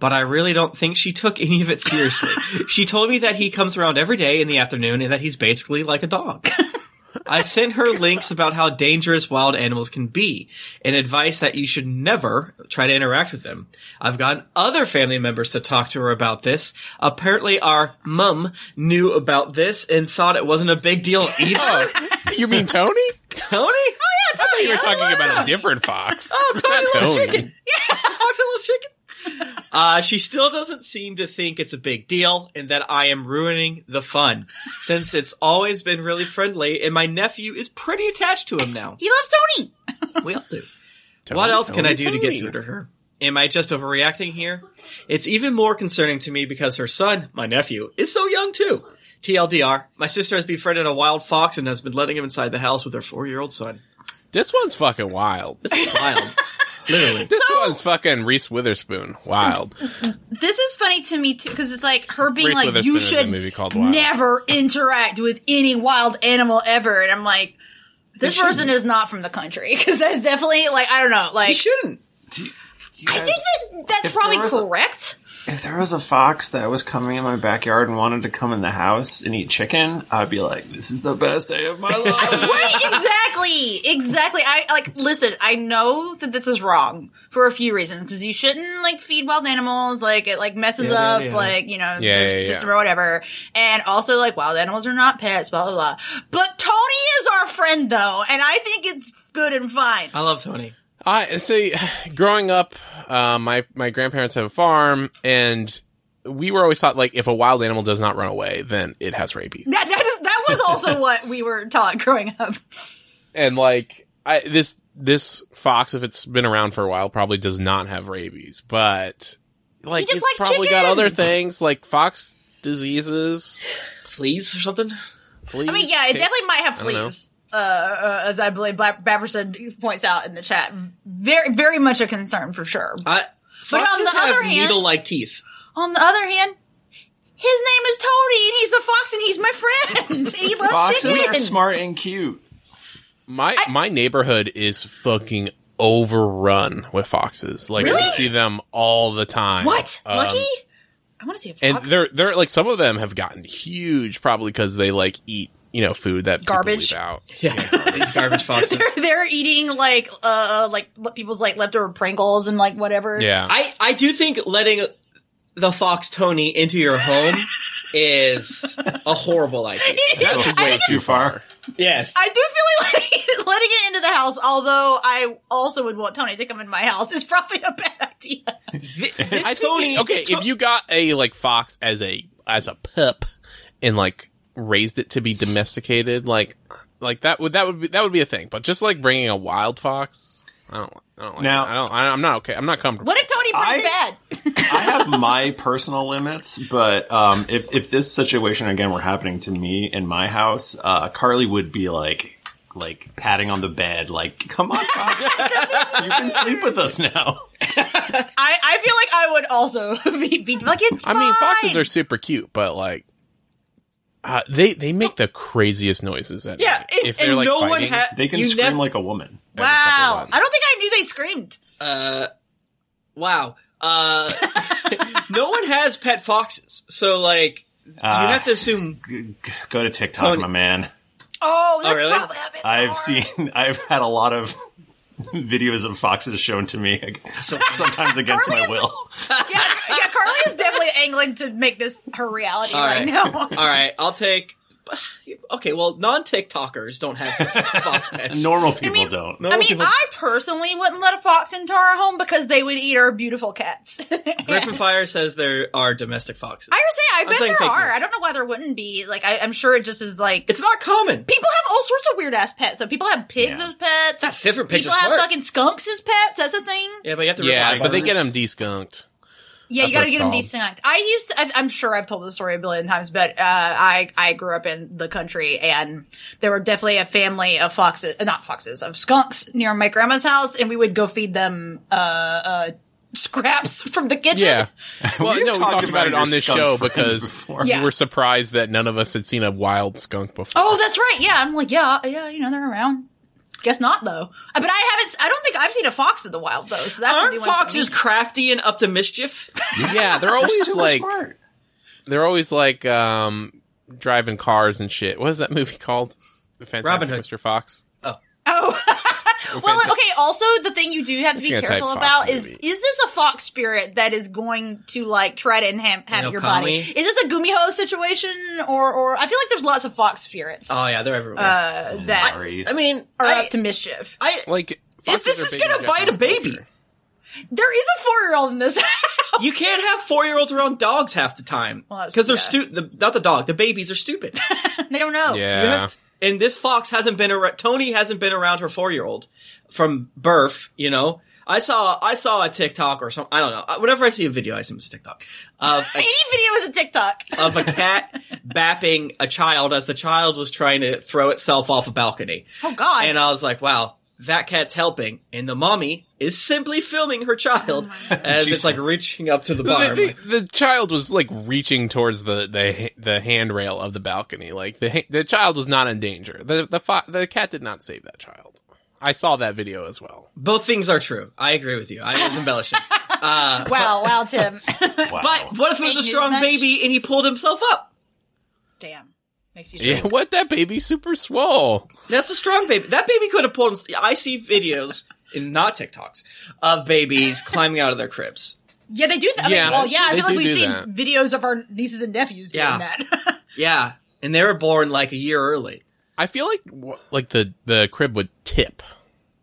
But I really don't think she took any of
[LAUGHS]
it seriously. she told me that he comes around every day in the afternoon and that he's basically like a dog.
[LAUGHS]
I sent her links about how dangerous wild animals can be and advice that you should never try to interact with them. I've gotten other family members to talk to her about this. Apparently our mum knew about this and thought it wasn't a
[LAUGHS]
big deal either.
Oh, You mean Tony?
Tony?
Yeah, Tony!
You're
oh,
talking
yeah.
[LAUGHS]
about a different fox.
Oh, Tony
Not
loves
Tony.
chicken. [LAUGHS] Yeah, Fox and little chicken. Uh, she still doesn't seem to think it's a big deal and that I am ruining the fun since it's always been really friendly and my nephew is pretty attached to him now.
He loves Tony!
We all do.
Tony,
What else can
Tony,
I do to get
Tony.
through to her? Am I just overreacting here? It's even more concerning to me because her son, my nephew, is so young too. TLDR, my sister has befriended a wild fox and has been letting him inside the house with her four year old son.
This one's fucking wild.
This is
[LAUGHS]
wild. Literally.
This one's fucking Reese Witherspoon. Wild.
This is funny to me too because it's like her being
Reese
like,
Witherspoon
"You
is in a
should
movie called Wild.
never interact with any wild animal ever," and I'm like, "This
shouldn't.
person is not from the country [LAUGHS] because that's definitely like I don't know, like
You [LAUGHS] shouldn't.
I think that that's
If
probably
there was a-
correct." [LAUGHS]
If there was a fox that was coming in my backyard and wanted to come in the house and eat chicken, I'd be like, "This is the best day [LAUGHS] of my life."
Right, exactly, exactly. I like listen. I know that this is wrong for a few reasons because you shouldn't like feed wild animals. Like it like messes
Yeah, yeah,
up
yeah.
like you know
Yeah,
their
yeah, yeah.
system or whatever. And also like wild animals are not pets. Blah blah blah. But Tony is our friend though, and I think it's good and fine.
I love Tony.
I see. Growing up, uh, my my grandparents have a farm, and we were always taught like if a wild animal does not run away, then it has rabies.
That that, is, that was
[LAUGHS]
also what we were taught growing up.
And like I, this this fox, if it's been around for a while, probably does not have rabies, but like
just
it's
likes
probably got
chicken!
other things like fox diseases.
Fleas or something?
Fleas,
I mean, yeah, it
ticks.
definitely might have
I don't know.
fleas. Uh, uh, as I believe Bla- Baberson points out in the chat, very, very much a concern for sure.
I,
But on
foxes
the
have
other hand-
needle like teeth.
On the other hand, his name is Tony, and he's a fox, and he's my friend. [LAUGHS] he loves
Foxes
chicken.
are smart and cute.
My my neighborhood is fucking overrun with foxes. Like
Really?
I see them all the time.
What?
Um,
Lucky? I want to see a fox.
and they're they're like some of them have gotten huge probably because they like eat you know food that people
Garbage.
leave out.
[LAUGHS] Yeah, these garbage foxes.
[LAUGHS] They're eating like uh like le- people's like leftover Pringles and like whatever. [LAUGHS]
Yeah,
[LAUGHS] I I do think letting the fox Tony into your home is a horrible idea.
That's
I
way
think
too far.
[LAUGHS] Yes.
I do feel like [LAUGHS] letting it into the house, although I also would want Tony to come in my house, is probably a bad idea.
This
I think
Tony-
okay, if you got a like fox as a as a pup and like raised it to be domesticated, like like that would that would be that would be a thing. But just like bringing a wild fox, I don't I don't like
Now-
that. I don't I, I'm not okay. I'm not comfortable.
What if Tony brings
I-
bad?
I have my personal limits, but um, if if this situation again were happening to me in my house, uh, Carly would be like, like patting on the bed, like, "Come
[LAUGHS]
on, Fox, you can sleep with us now."
I, I feel like I would also [LAUGHS] be, be like it's.
I mean, foxes
fine.
are super cute, but like uh, they they make the craziest noises at
Yeah,
night.
and, and no one
fighting.
has.
They can
you
scream
nev-
like a woman.
Wow,
ones.
I don't think I knew they screamed.
Wow. Uh, [LAUGHS] no one has pet foxes, so like you
Ah.
have to assume.
G- g- Go to TikTok,
Tony-
my man.
Oh, that's
really?
probably a bit
I've
more.
seen, [LAUGHS] I've had a lot of [LAUGHS] videos of foxes shown to me, [LAUGHS] like, sometimes against my
Carly is-
will.
[LAUGHS] Yeah, yeah, Carly is definitely angling to make this her reality
All
right,
right.
now.
All right, I'll take. Okay, well, non-TikTokers don't have
[LAUGHS]
fox pets.
Normal people
mean-
don't.
No.
I mean,
people-
I personally wouldn't let a fox into our home because they would eat our beautiful cats. [LAUGHS] I was
Griffin Fire says there are domestic foxes.
saying, I bet
saying
there
fake
are.
news.
I don't know why there wouldn't be. Like, I, I'm sure it just is like
it's not common.
people have all sorts of weird ass pets. So people have pigs
Yeah.
as pets.
That's different. Pigs
People
are
have
smart.
fucking skunks as pets. That's a thing.
yeah, but you have to.
Yeah,
retire
but they get
barbers.
them de-skunked.
Yeah, you
That's what
got to
it's
get them
called.
desynced. I used to, I, I'm sure I've told this story a billion times, but uh, I I grew up in the country and there were definitely a family of foxes, uh, not foxes, of skunks near my grandma's house, and we would go feed them uh, uh, scraps [LAUGHS] from the kitchen.
[LAUGHS]
Yeah. Well,
We've
no, we talked about it
your
on this
skunk
show
friends
because
before.
Yeah.
we were surprised that none of us had seen a wild skunk before.
Oh, that's right. Yeah, I'm like, yeah, yeah, you know, they're around. Guess not though. Uh, But I haven't. I don't think I've seen a fox in the wild though. So that's a
Aren't
new one for
foxes
me.
crafty and up to
[LAUGHS]
mischief?
Yeah, they're always
super
like
smart.
they're always like um driving cars and shit. What is that movie called? The Fantastic
Robin Hood.
Mr. Fox.
Oh. [LAUGHS] well, okay. Also, the thing you do have to be
gonna type
careful
fox
about
in
is
movie.
is this a fox spirit that is going to like try to inham- have
know,
your
call
body?
me.
Is this a gumiho situation or or I feel like there's lots of fox spirits
Oh yeah, they're everywhere.
uh, that
Sorry.
I mean,
are
I,
up to mischief.
I
Like
if
foxes
this
are big
is
in
gonna bite a
Japanese
baby.
culture.
There is a four year old in this. [LAUGHS] house.
You can't have four year olds around dogs half the time
Well, that's-
because they're
yeah.
stupid. The, not the dog. The babies are stupid.
they don't know.
Yeah.
You have- and this fox hasn't been around. Tony hasn't been around her four year old from birth. You know, I saw I saw a TikTok or something. I don't know. I- Whenever I see a video, I assume it's a TikTok of a,
Any video is a TikTok.
of a
[LAUGHS]
cat bapping a child as the child was trying to throw itself off a balcony.
Oh God.
uh,
And I was like, wow, that cat's helping, and the mommy is simply filming her child
Oh
[LAUGHS] as it's like
Jesus.
reaching up to the bar.
The,
[LAUGHS]
I'm
the-
like,
the child was like reaching towards the, the the handrail of the balcony. Like the ha- the child was not in danger. The the fo- the cat did not save that child. I saw that video as well. [LAUGHS]
Both things are true. I agree with you. I was embellishing.
[LAUGHS]
wow. Wow, Tim.
Wow.
But what if it was a
Thank you
strong
much.
baby and he pulled himself up?
Damn. Makes you.
Yeah, what that baby super swole.
That's a strong baby. That baby could have pulled. his- I see videos in not TikToks
[LAUGHS]
of babies climbing out of their cribs.
Yeah, they do. Th- I
Yeah,
mean, well, yeah, I
they
feel like
do
we've
do
seen
that.
videos of our nieces and nephews doing
Yeah.
that. [LAUGHS]
Yeah, and they were born like a year early.
I feel like wh- like the the crib would tip.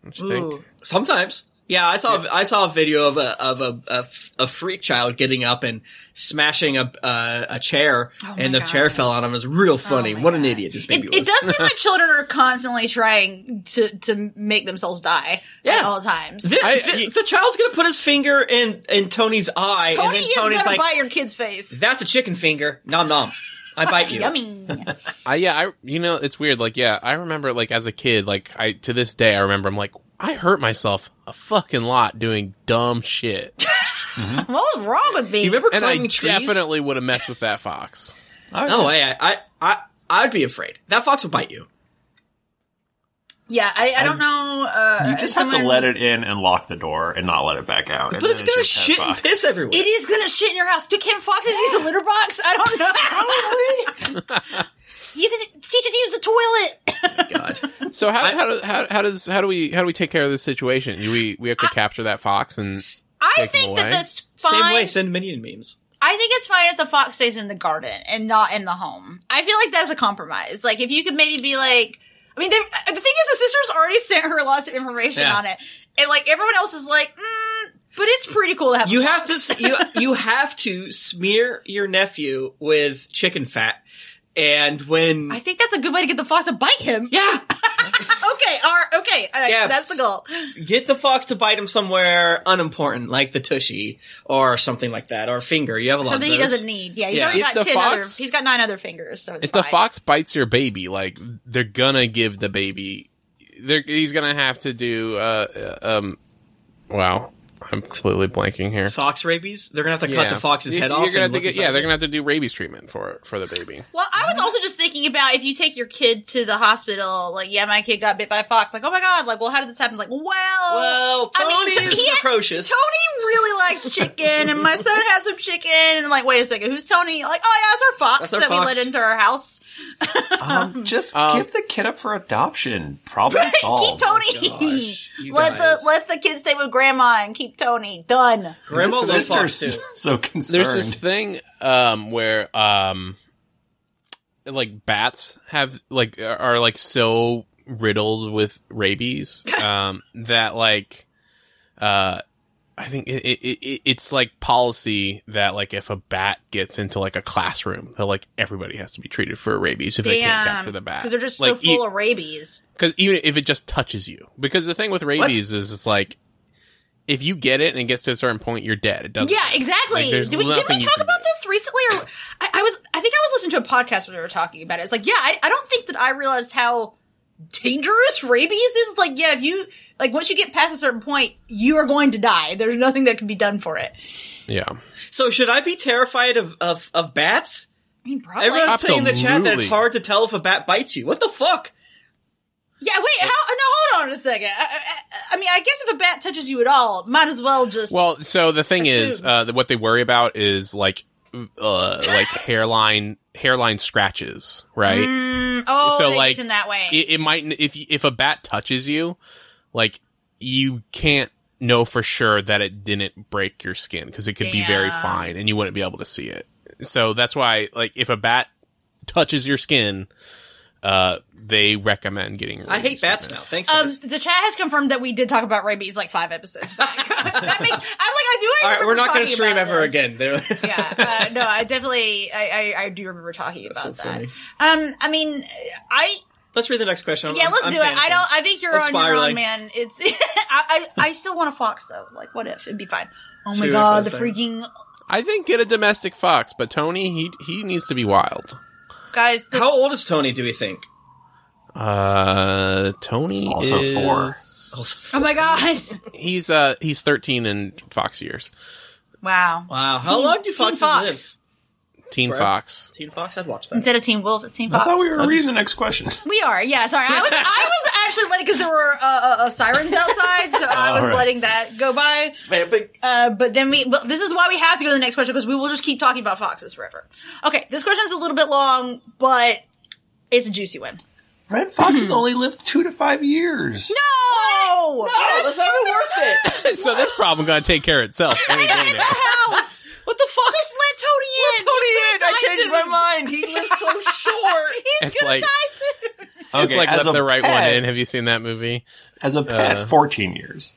Don't you think?
Sometimes. Yeah, I saw I saw a video of a of a a, f- a freak child getting up and smashing a uh, a chair, and the
Oh God. Oh
chair fell on him. It was real funny.
my
what an
God.
idiot this
It,
baby was.
it does
[LAUGHS]
seem like children are constantly trying to to make themselves die
Yeah.
at all times.
Th-
I-
th-
you-
the child's gonna put his finger in in Tony's eye, and
Tony
then
is
Tony's
gonna
like,
bite your kid's face.
"That's a chicken finger." Nom nom. I bite you. [LAUGHS]
Yummy.
I yeah, I you know it's weird. Like yeah, I remember like as a kid, like I to this day I remember I'm like I hurt myself a fucking lot doing dumb
[LAUGHS]
shit,
what was wrong with me?
You remember
and I
climbing trees?
definitely would have messed with that fox.
No way. I, I, I, I'd be afraid. That fox would bite you.
yeah, I, I don't know. Uh,
You just have to let it in and lock the door and not let it back out.
But it's gonna shit and piss everywhere.
It is gonna shit in your house. Do
[LAUGHS]
can foxes use a litter box? I don't know. you should teach it to use the toilet. [LAUGHS]
God.
So how, how, do- how, how does how do we how do we take care of this situation? Do we we have to capture that fox and
I
Take them
think that
away.
that's fine.
Same way, send minion memes.
I think it's fine if the fox stays in the garden and not in the home. I feel like that's a compromise. Like if you could maybe be like, I mean, they've- the thing is, the sister's already [LAUGHS] sent her lots of information
Yeah.
on it, and like everyone else is like, mm, but it's pretty cool to have.
You
a
have to
fox.
s- you [LAUGHS] you have to smear your nephew with chicken fat, and
[LAUGHS]
when
I think that's a good way to get the fox to bite him.
yeah,
[LAUGHS] Okay. All right. Okay. all right,
Yeah.
That's the goal.
get the fox to bite him somewhere unimportant, like the tushy or something like that, or finger. You have a lot
Something
of
he
those.
doesn't need. Yeah. He's
Yeah.
already
If
got
the
ten other.
fox-
He's got nine other fingers. So it's
if the
fine.
fox bites your baby, like they're gonna give the baby, they're, he's gonna have to do. Uh, uh, um, wow, I'm completely blanking here.
Fox rabies. They're gonna have to cut the fox's
You-
head
you're
off.
Gonna have
and
to
look
get,
inside
yeah, they're
it.
gonna have to do rabies treatment for for the baby.
Well, I was also just thinking about if you take your kid to the hospital, like, yeah, my kid got bit by a fox. Like, oh my god, like, well, how did this happen? Like, well,
Well, Tony
t-
is
he-
precocious.
Tony really likes chicken, and my son has some chicken. And like, wait a second, who's Tony? Like, oh yeah, it's our fox
That's our
that we
fox.
let into our house. [LAUGHS]
Um, just
Um,
give the kid up for adoption. Problem
keep
solved.
Tony.
Oh gosh,
[LAUGHS]
you
let the
guys.
let the kid stay with grandma and keep Tony. Done.
Grandma
This
loves fox
sister's
too.
[LAUGHS] so
There's
concerned.
this thing um, where um, like bats have like are, are like so riddled with rabies
[LAUGHS]
um, that like uh, I think it, it, it, it's like policy that like if a bat gets into like a classroom that like everybody has to be treated for rabies if they can't capture the bat
because they're just
like, e-
so full of rabies.
because even if it just touches you because the thing with rabies is it's like if you get it and it gets to a certain point you're dead it doesn't
Yeah,
matter.
exactly.
Like, there's
did we, did
nothing
we
you
talk
can
about
do.
this recently? Or I, I was, I think I was listening to a podcast when we were talking about it. It's like, yeah, I, I don't think that I realized how dangerous rabies is. Like, yeah, if you like once you get past a certain point, you are going to die. There's nothing that can be done for it.
yeah
So should I be terrified of of, of bats?
I mean, probably. Uh,
Everyone's saying in the chat that it's
Absolutely.
hard to tell if a bat bites you. What the fuck?
yeah, wait. How, no, hold on a second. I, I, I mean, I guess if a bat touches you at all, might as well just.
Well, so the thing is,
Assume.
uh, that what they worry about is like, uh, like hairline hairline scratches, right?
Mm.
oh,
so
they-
like
it's in that way.
It, it might if you- if a bat touches you, like you can't know for sure that it didn't break your skin because it could be very
Damn.
fine and you wouldn't be able to see it. So that's why, like, if a bat touches your skin, uh, they recommend getting.
I hate
rabies
bats
treatment.
now. Thanks,
um,
guys.
the chat has confirmed that we did talk about rabies like five episodes back. [LAUGHS] that makes, I'm like, I do.
All right, we're not
going
gonna
to
stream ever again. They're- [LAUGHS]
yeah, uh, no, I definitely, I, I, I do remember talking
so
about that.
funny.
Um, I mean, I,
let's read the next question. I'm-
yeah,
I'm-
let's
I'm
do it. I
panicking.
don't, I think you're
I'm
on your own,
spiraling.
man. It's, [LAUGHS] I, I, I still want a fox though. Like, what if it'd be fine? Oh my
Sure,
god, the
that's fine.
freaking
I think get a domestic fox, but Tony, he he needs to be wild.
guys. The,
How old is Tony? Do we think?
Uh, Tony
Also
is-
four.
oh my god! [LAUGHS]
He's uh he's thirteen in Fox years.
Wow.
Wow, how
Teen-
long do
Teen
foxes
Fox.
live?
Teen
Right.
Fox. [LAUGHS]
Teen Fox, I'd watch that.
Instead of Team Wolf, it's Team
I
Fox.
thought we were reading the next question.
We are, yeah. Sorry, I was I was actually letting because there were uh, uh, uh, sirens outside, so I was
Alright.
letting that go by. Uh, but then we, well, this is why we have to go to the next question because we will just keep talking about foxes forever. Okay, this question is a little bit long, but it's a juicy one.
Red foxes only live two to five years.
No,
Oh, that's not even worth it.
so this problem gonna take care of itself. any day now.
[LAUGHS] house.
What the fuck?
Just let Tony in.
Tony
He's
in.
gonna
I
die
changed
soon.
my mind. He lives
[LAUGHS]
so short.
He's
It's
gonna
like-
die soon.
It's like
as
let
a
the right one
pet-
in. Have you seen that movie?
As a pet,
Uh.
fourteen years.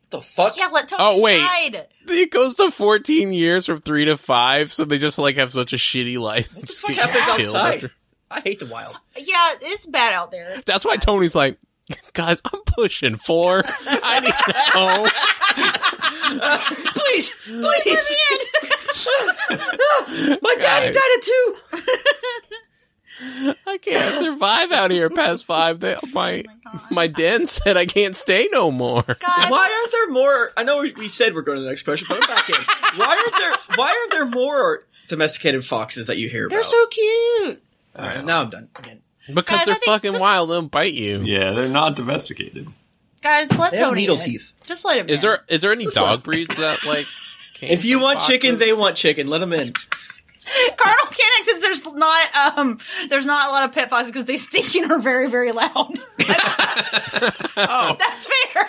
What the fuck?
Yeah, let Tony
Oh, wait.
hide.
It goes to fourteen years from three to five, so they just like have such a shitty life.
What the
Just
fuck
get
happens
killed
outside?
after-
I hate the wild.
Yeah, it's bad out there.
That's why Tony's like, guys, I'm pushing four. I need to know.
Please,
[LAUGHS]
please.
[LAUGHS]
My daddy
Guys.
died at two.
I can't survive out here past five. They, my my den said I can't stay no more.
God.
[LAUGHS] Why aren't there more? I know we- we said we're going to the next question, but I'm back in. Why aren't there? Why aren't there more domesticated foxes that you hear
They're
about?
so cute.
All right, now I'm done. Again.
Because
Guys,
they're
I think
fucking wild. They'll bite you.
Yeah, they're not domesticated.
Guys, let
They have
Tony
needle
in.
teeth.
Just let him.
Is
in.
there is there any
[LAUGHS]
not-
dog breeds that like? came
If you
from
want
foxes?
chicken, they want chicken. Let them in.
[LAUGHS] Carnal can exits. There's not um, there's not a lot of pit fosses because they stink and are very very
[LAUGHS]
loud. oh, [LAUGHS] that's fair.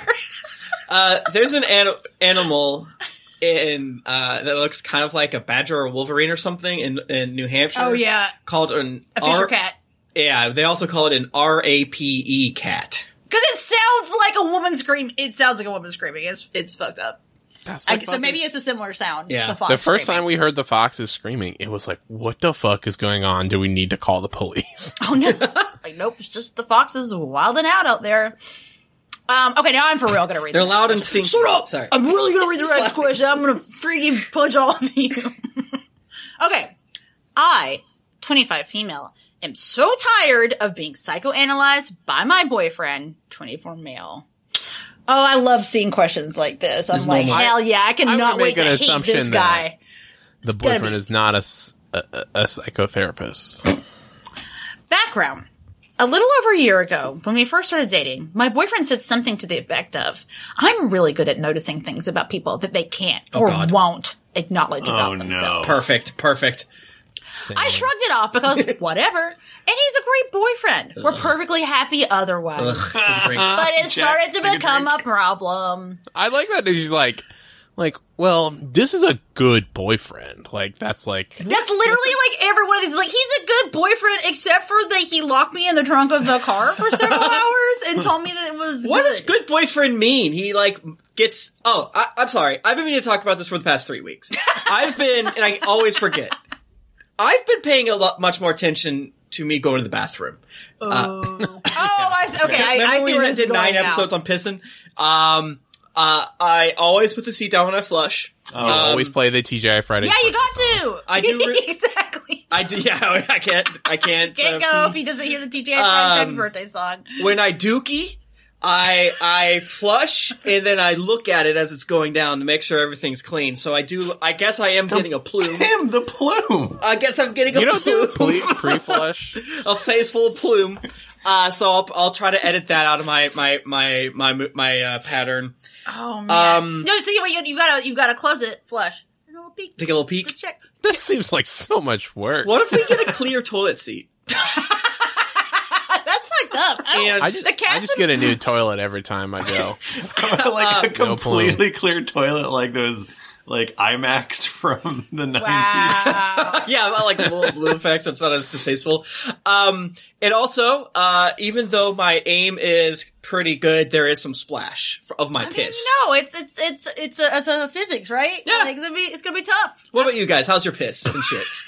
Uh, there's an an- animal in uh, that looks kind of like a badger or a wolverine or something in in New Hampshire.
Oh yeah,
called an
a fisher
R-
cat
Yeah, they also call it an R A P E cat.
because it sounds like a woman scream. It sounds like a woman screaming. It's it's fucked up.
That's
I, so
the fucking-
maybe it's a similar sound.
Yeah.
the, fox
the first
screaming.
time we heard the foxes screaming, it was like, "What the fuck is going on? Do we need to call
[LAUGHS]
the police?"
Oh
[LAUGHS]
no! like, nope. It's just the foxes wilding out out there. Um, okay, now I'm for real gonna read.
They're
the
loud and stinky.
Shut up!
Sorry.
I'm really gonna read the next question. I'm gonna freaking punch all of you. [LAUGHS] okay. I, 25 female, am so tired of being psychoanalyzed by my boyfriend, 24 male. Oh, I love seeing questions like this. I'm like,
normal.
hell yeah, I
I
cannot
would
wait
make
to
an
hate
assumption
this
that-
guy.
the
gotta
boyfriend
be-
is not a, s- a- a- a psychotherapist.
Background. A little over a year ago, when we first started dating, my boyfriend said something to the effect of, I'm really good at noticing things about people that they can't or
God.
won't acknowledge
Oh,
about
no.
themselves.
Perfect. Perfect.
I shrugged it off because
[LAUGHS]
whatever. And he's a great boyfriend. We're perfectly happy otherwise.
Drink.
But it started
take
to
a
become a
drink.
problem.
I like that she's like, like, well, this is a good boyfriend. Like that's like
That's literally like every one of these. Like, he's a good boyfriend, except for that he locked me in the trunk of the car for
[LAUGHS]
several hours and told me that it was
What
good.
does good boyfriend mean? He like gets. Oh, I, I'm sorry. I've been meaning to talk about this for the past
[LAUGHS]
three weeks. I've been, and I always forget. I've been paying a lot much more attention to me going to the bathroom. [LAUGHS]
Oh, I s- okay. I,
Remember
I see
we
where
did
this is going
nine
now.
episodes on pissing? Um, uh, I always put the seat down when I flush.
I
Uh,
always play the TGI Friday.
Yeah, you got to. [LAUGHS]
I do re-
exactly.
I do. [LAUGHS] Yeah, I can't. I can't.
Can't
uh,
go if he doesn't hear the TJ Friends Happy
Um,
Birthday song.
when I dookie, I I flush and then I look at it as it's going down to make sure everything's clean. So I do. I guess I am getting
[LAUGHS]
a plume.
Damn the plume. [LAUGHS]
I guess I'm getting a
You don't do
[LAUGHS] plume,
pre flush.
[LAUGHS]
a face full of plume. Uh, so I'll, I'll try to edit that out of my my my my mo- my uh, pattern.
Oh man.
Um,
no, see what you, you gotta you gotta close it, flush, and it'll be
take a little peek.
check.
This seems like so much work.
What if we get a clear toilet seat?
[LAUGHS] That's fucked up. Oh, I, don't-
And [LAUGHS]
I just,
The cats
I just get a new toilet every time I go.
Ah. uh,
like a
No plume.
completely clear toilet, like those like IMAX [LAUGHS] from the
[LAUGHS]
nineties.
wow.
yeah, about like little blue effects. That's not as distasteful. Um, and also, uh, even though my aim is pretty good, there is some splash f- of my [LAUGHS] piss.
No, it's it's it's it's a, it's a physics, right?
Yeah.
Like, it's gonna be it's gonna be tough.
What about you guys? How's your piss and shits?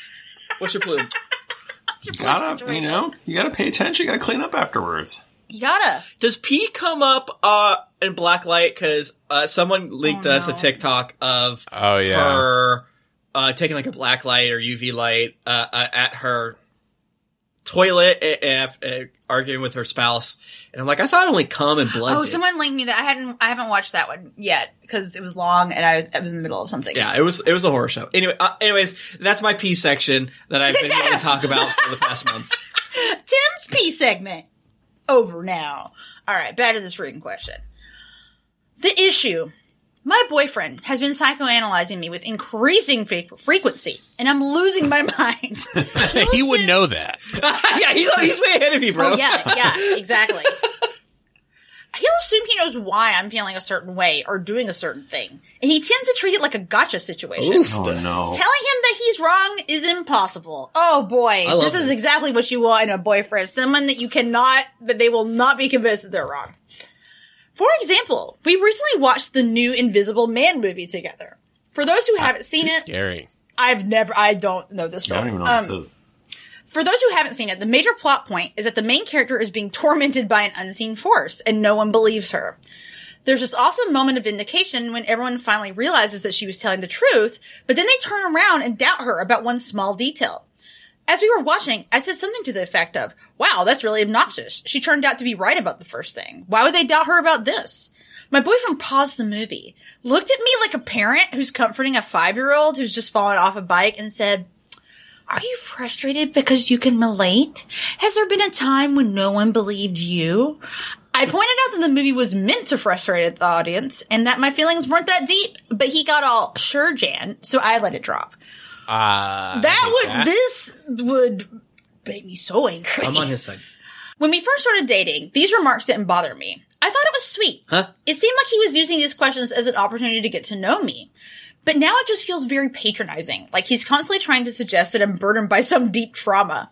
What's your plume?
Gotta, you know, you gotta pay attention. You gotta clean up afterwards.
You gotta.
Does pee come up uh, in black light? Because uh, someone linked
Oh,
us a
no.
TikTok of
Oh yeah.
her uh, taking like a black light or UV light uh, uh, at her toilet a- af- uh, arguing with her spouse. And I'm like, I thought only cum and blood.
Oh,
did.
someone linked me that I hadn't I haven't watched that one yet because it was long and I, I was in the middle of something.
Yeah, it was it was a horror show. Anyway, uh, anyways, that's my pee section that I've been going to talk about for the past month.
Tim's P segment over now. All right, back to this reading question. The issue. My boyfriend has been psychoanalyzing me with increasing fre- frequency, and I'm losing my [LAUGHS] mind.
[LAUGHS] he would know that.
[LAUGHS] yeah, he's, he's way ahead of you, bro.
Oh,
[LAUGHS]
[LAUGHS]
yeah, yeah, exactly. He'll assume he knows why I'm feeling a certain way or doing a certain thing, and he tends to treat it like a gotcha situation.
Oof.
Oh no.
Telling him that he's wrong is impossible. Oh boy,
love
this, is
this.
exactly what you want in a boyfriend. Someone that you cannot, that they will not be convinced that they're wrong. For example, we recently watched the new Invisible Man movie together. For those who haven't seen it,
Scary.
I've never, I don't know this
I
story.
don't even know
Um,
what this is.
for those who haven't seen it, the major plot point is that the main character is being tormented by an unseen force and no one believes her. There's this awesome moment of vindication when everyone finally realizes that she was telling the truth, but then they turn around and doubt her about one small detail. As we were watching, I said something to the effect of, wow, that's really obnoxious. She turned out to be right about the first thing. Why would they doubt her about this? My boyfriend paused the movie, looked at me like a parent who's comforting a five year old who's just fallen off a bike and said, are you frustrated because you can relate? Has there been a time when no one believed you? I pointed out that the movie was meant to frustrate the audience and that my feelings weren't that deep, but he got all, sure, Jan, so I let it drop.
Uh,
That would
that-
this would make me so angry.
I'm on his side.
When we first started dating, these remarks didn't bother me. I thought it was sweet.
Huh?
It seemed like he was using these questions as an opportunity to get to know me. But now it just feels very patronizing. Like he's constantly trying to suggest that I'm burdened by some deep trauma.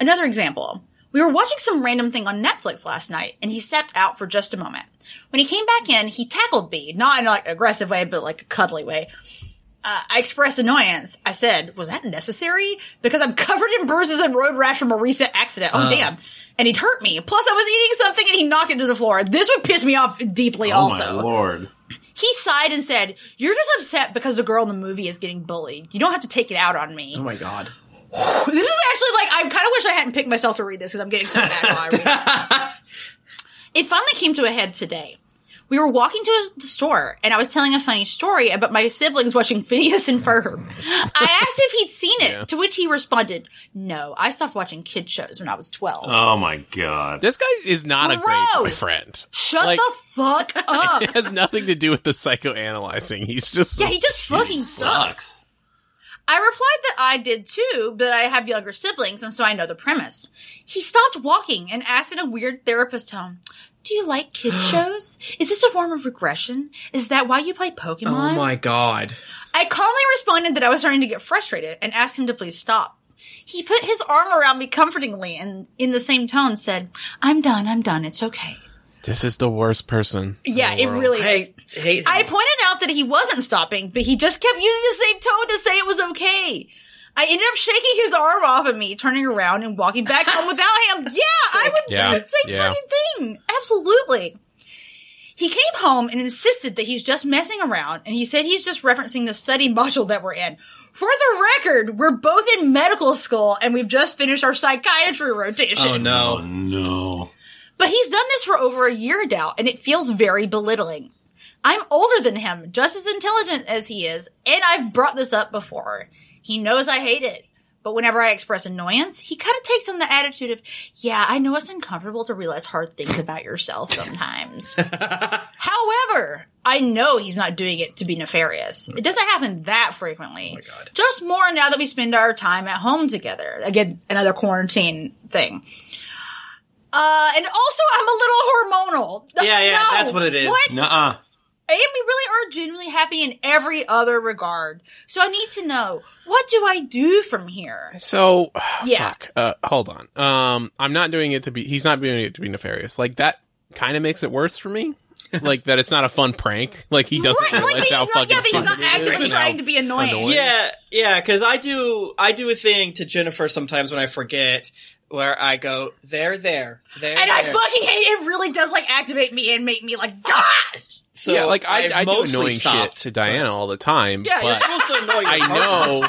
Another example. We were watching some random thing on Netflix last night and he stepped out for just a moment. When he came back in, he tackled me, not in like an aggressive way, but like a cuddly way. Uh, I expressed annoyance. I said, was that necessary? Because I'm covered in bruises and road rash from a recent accident.
Uh.
Oh, damn. And he'd hurt me. Plus I was eating something and he knocked it to the floor. This would piss me off deeply
Oh
also.
my lord.
He sighed and said, You're just upset because the girl in the movie is getting bullied. You don't have to take it out on me.
Oh my god.
[LAUGHS] This is actually like, I kind of wish I hadn't picked myself to read this because I'm getting so mad while I read it. [LAUGHS] It finally came to a head today. We were walking to the store and I was telling a funny story about my siblings watching Phineas and Ferb. I asked if he'd seen it, to which he responded, No, I stopped watching kid shows when I was 12.
Oh my god.
This guy is not a great
Gross.
boyfriend.
Shut
like-
the fuck [LAUGHS] up.
It has nothing to do with the psychoanalyzing. He's just
yeah, he just fucking sucks.
Sucks.
I replied that I did too, but I have younger siblings and so I know the premise. He stopped walking and asked in a weird therapist tone, Do you like kid [GASPS] shows? Is this a form of regression? Is that why you play Pokemon?
Oh my god.
I calmly responded that I was starting to get frustrated and asked him to please stop. He put his arm around me comfortingly and in the same tone said, I'm done, I'm done, it's okay.
this is the worst person. in
Yeah,
the
it
world.
really is.
Hey, hate him.
I pointed out that he wasn't stopping, but he just kept using the same tone to say it was okay. I ended up shaking his arm off of me, turning around and walking back home without him. Yeah, I would
Yeah,
do the same
yeah.
fucking thing. Absolutely. He came home and insisted that he's just messing around, and he said he's just referencing the study module that we're in. For the record, we're both in medical school and we've just finished our psychiatry rotation.
oh
Oh
no.
no.
But he's done this for over a year now, and it feels very belittling. I'm older than him, just as intelligent as he is, and I've brought this up before. He knows I hate it. But whenever I express annoyance, he kind of takes on the attitude of, yeah, I know it's uncomfortable to realize hard things about yourself
[LAUGHS]
sometimes. However, I know he's not doing it to be nefarious. It doesn't happen that frequently.
Oh God.
Just more now that we spend our time at home together. Again, another quarantine thing. Uh, and also I'm a little hormonal.
Yeah, yeah,
No.
that's what it is.
What?
Nuh-uh.
And we really are genuinely happy in every other regard. So I need to know, what do I do from here?
So [SIGHS]
Yeah.
fuck. Uh, hold on. Um, I'm not doing it to be. He's not doing it to be nefarious. Like that kind of makes it worse for
[LAUGHS]
me. like that it's not a fun prank. Like he doesn't
Right, like,
realize
he's
how
not-
fucking
yeah, but he's
fun
not
it is
actively
and how
trying to be annoying.
Yeah, yeah, because I do I do a thing to Jennifer sometimes when I forget where I go, there, there, there.
And I
there."
fucking hate it really does like activate me and make me like, gosh!
so
yeah, like I,
I've
I do
mostly
annoying shit
stopped.
to Diana all the time.
Yeah, you're
but
supposed to annoy your
I
partners.
know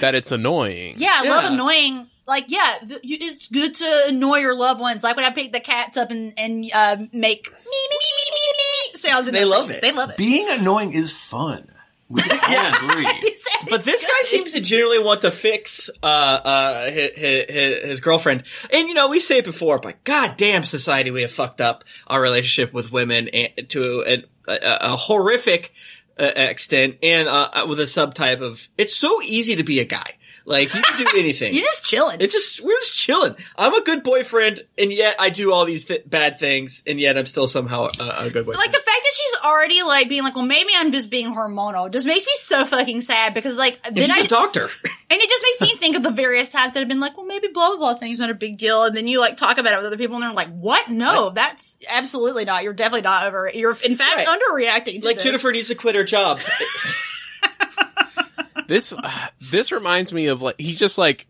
that it's annoying.
Yeah, I love
Yeah.
annoying. Like, yeah, th- you- it's good to annoy your loved ones. Like when I pick the cats up and, and uh, make me, me, me, me, me, me sounds. in
They
their
love
face.
it.
They love it.
Being annoying is fun. We can
Yeah.
all agree.
But this guy seems to generally want to fix uh, uh, his, his, his girlfriend. And, you know, we say it before, but goddamn society, we have fucked up our relationship with women and, to an, a, a horrific uh, extent and uh, uh, with a subtype of it's so easy to be a guy. Like,
[LAUGHS]
you can do anything.
You're just chilling.
It's just we're just chilling. I'm a good boyfriend, and yet I do all these th- bad things, and yet I'm still somehow a, a good boyfriend.
like the fact that she's already like being like, well, maybe I'm just being hormonal. Just makes me so fucking sad because like
And
then I
she's
[LAUGHS]
a doctor.
and it just
[LAUGHS]
makes me think of the various times that have been like, well, maybe blah blah blah thing's not a big deal, and then you like talk about it with other people, and they're like, what? No, that's absolutely not. You're definitely not over. it. You're in fact
Right.
underreacting. To
like
this.
Jennifer needs to quit
[LAUGHS]
her job.
This [SIGHS] uh, this reminds me of like he's just like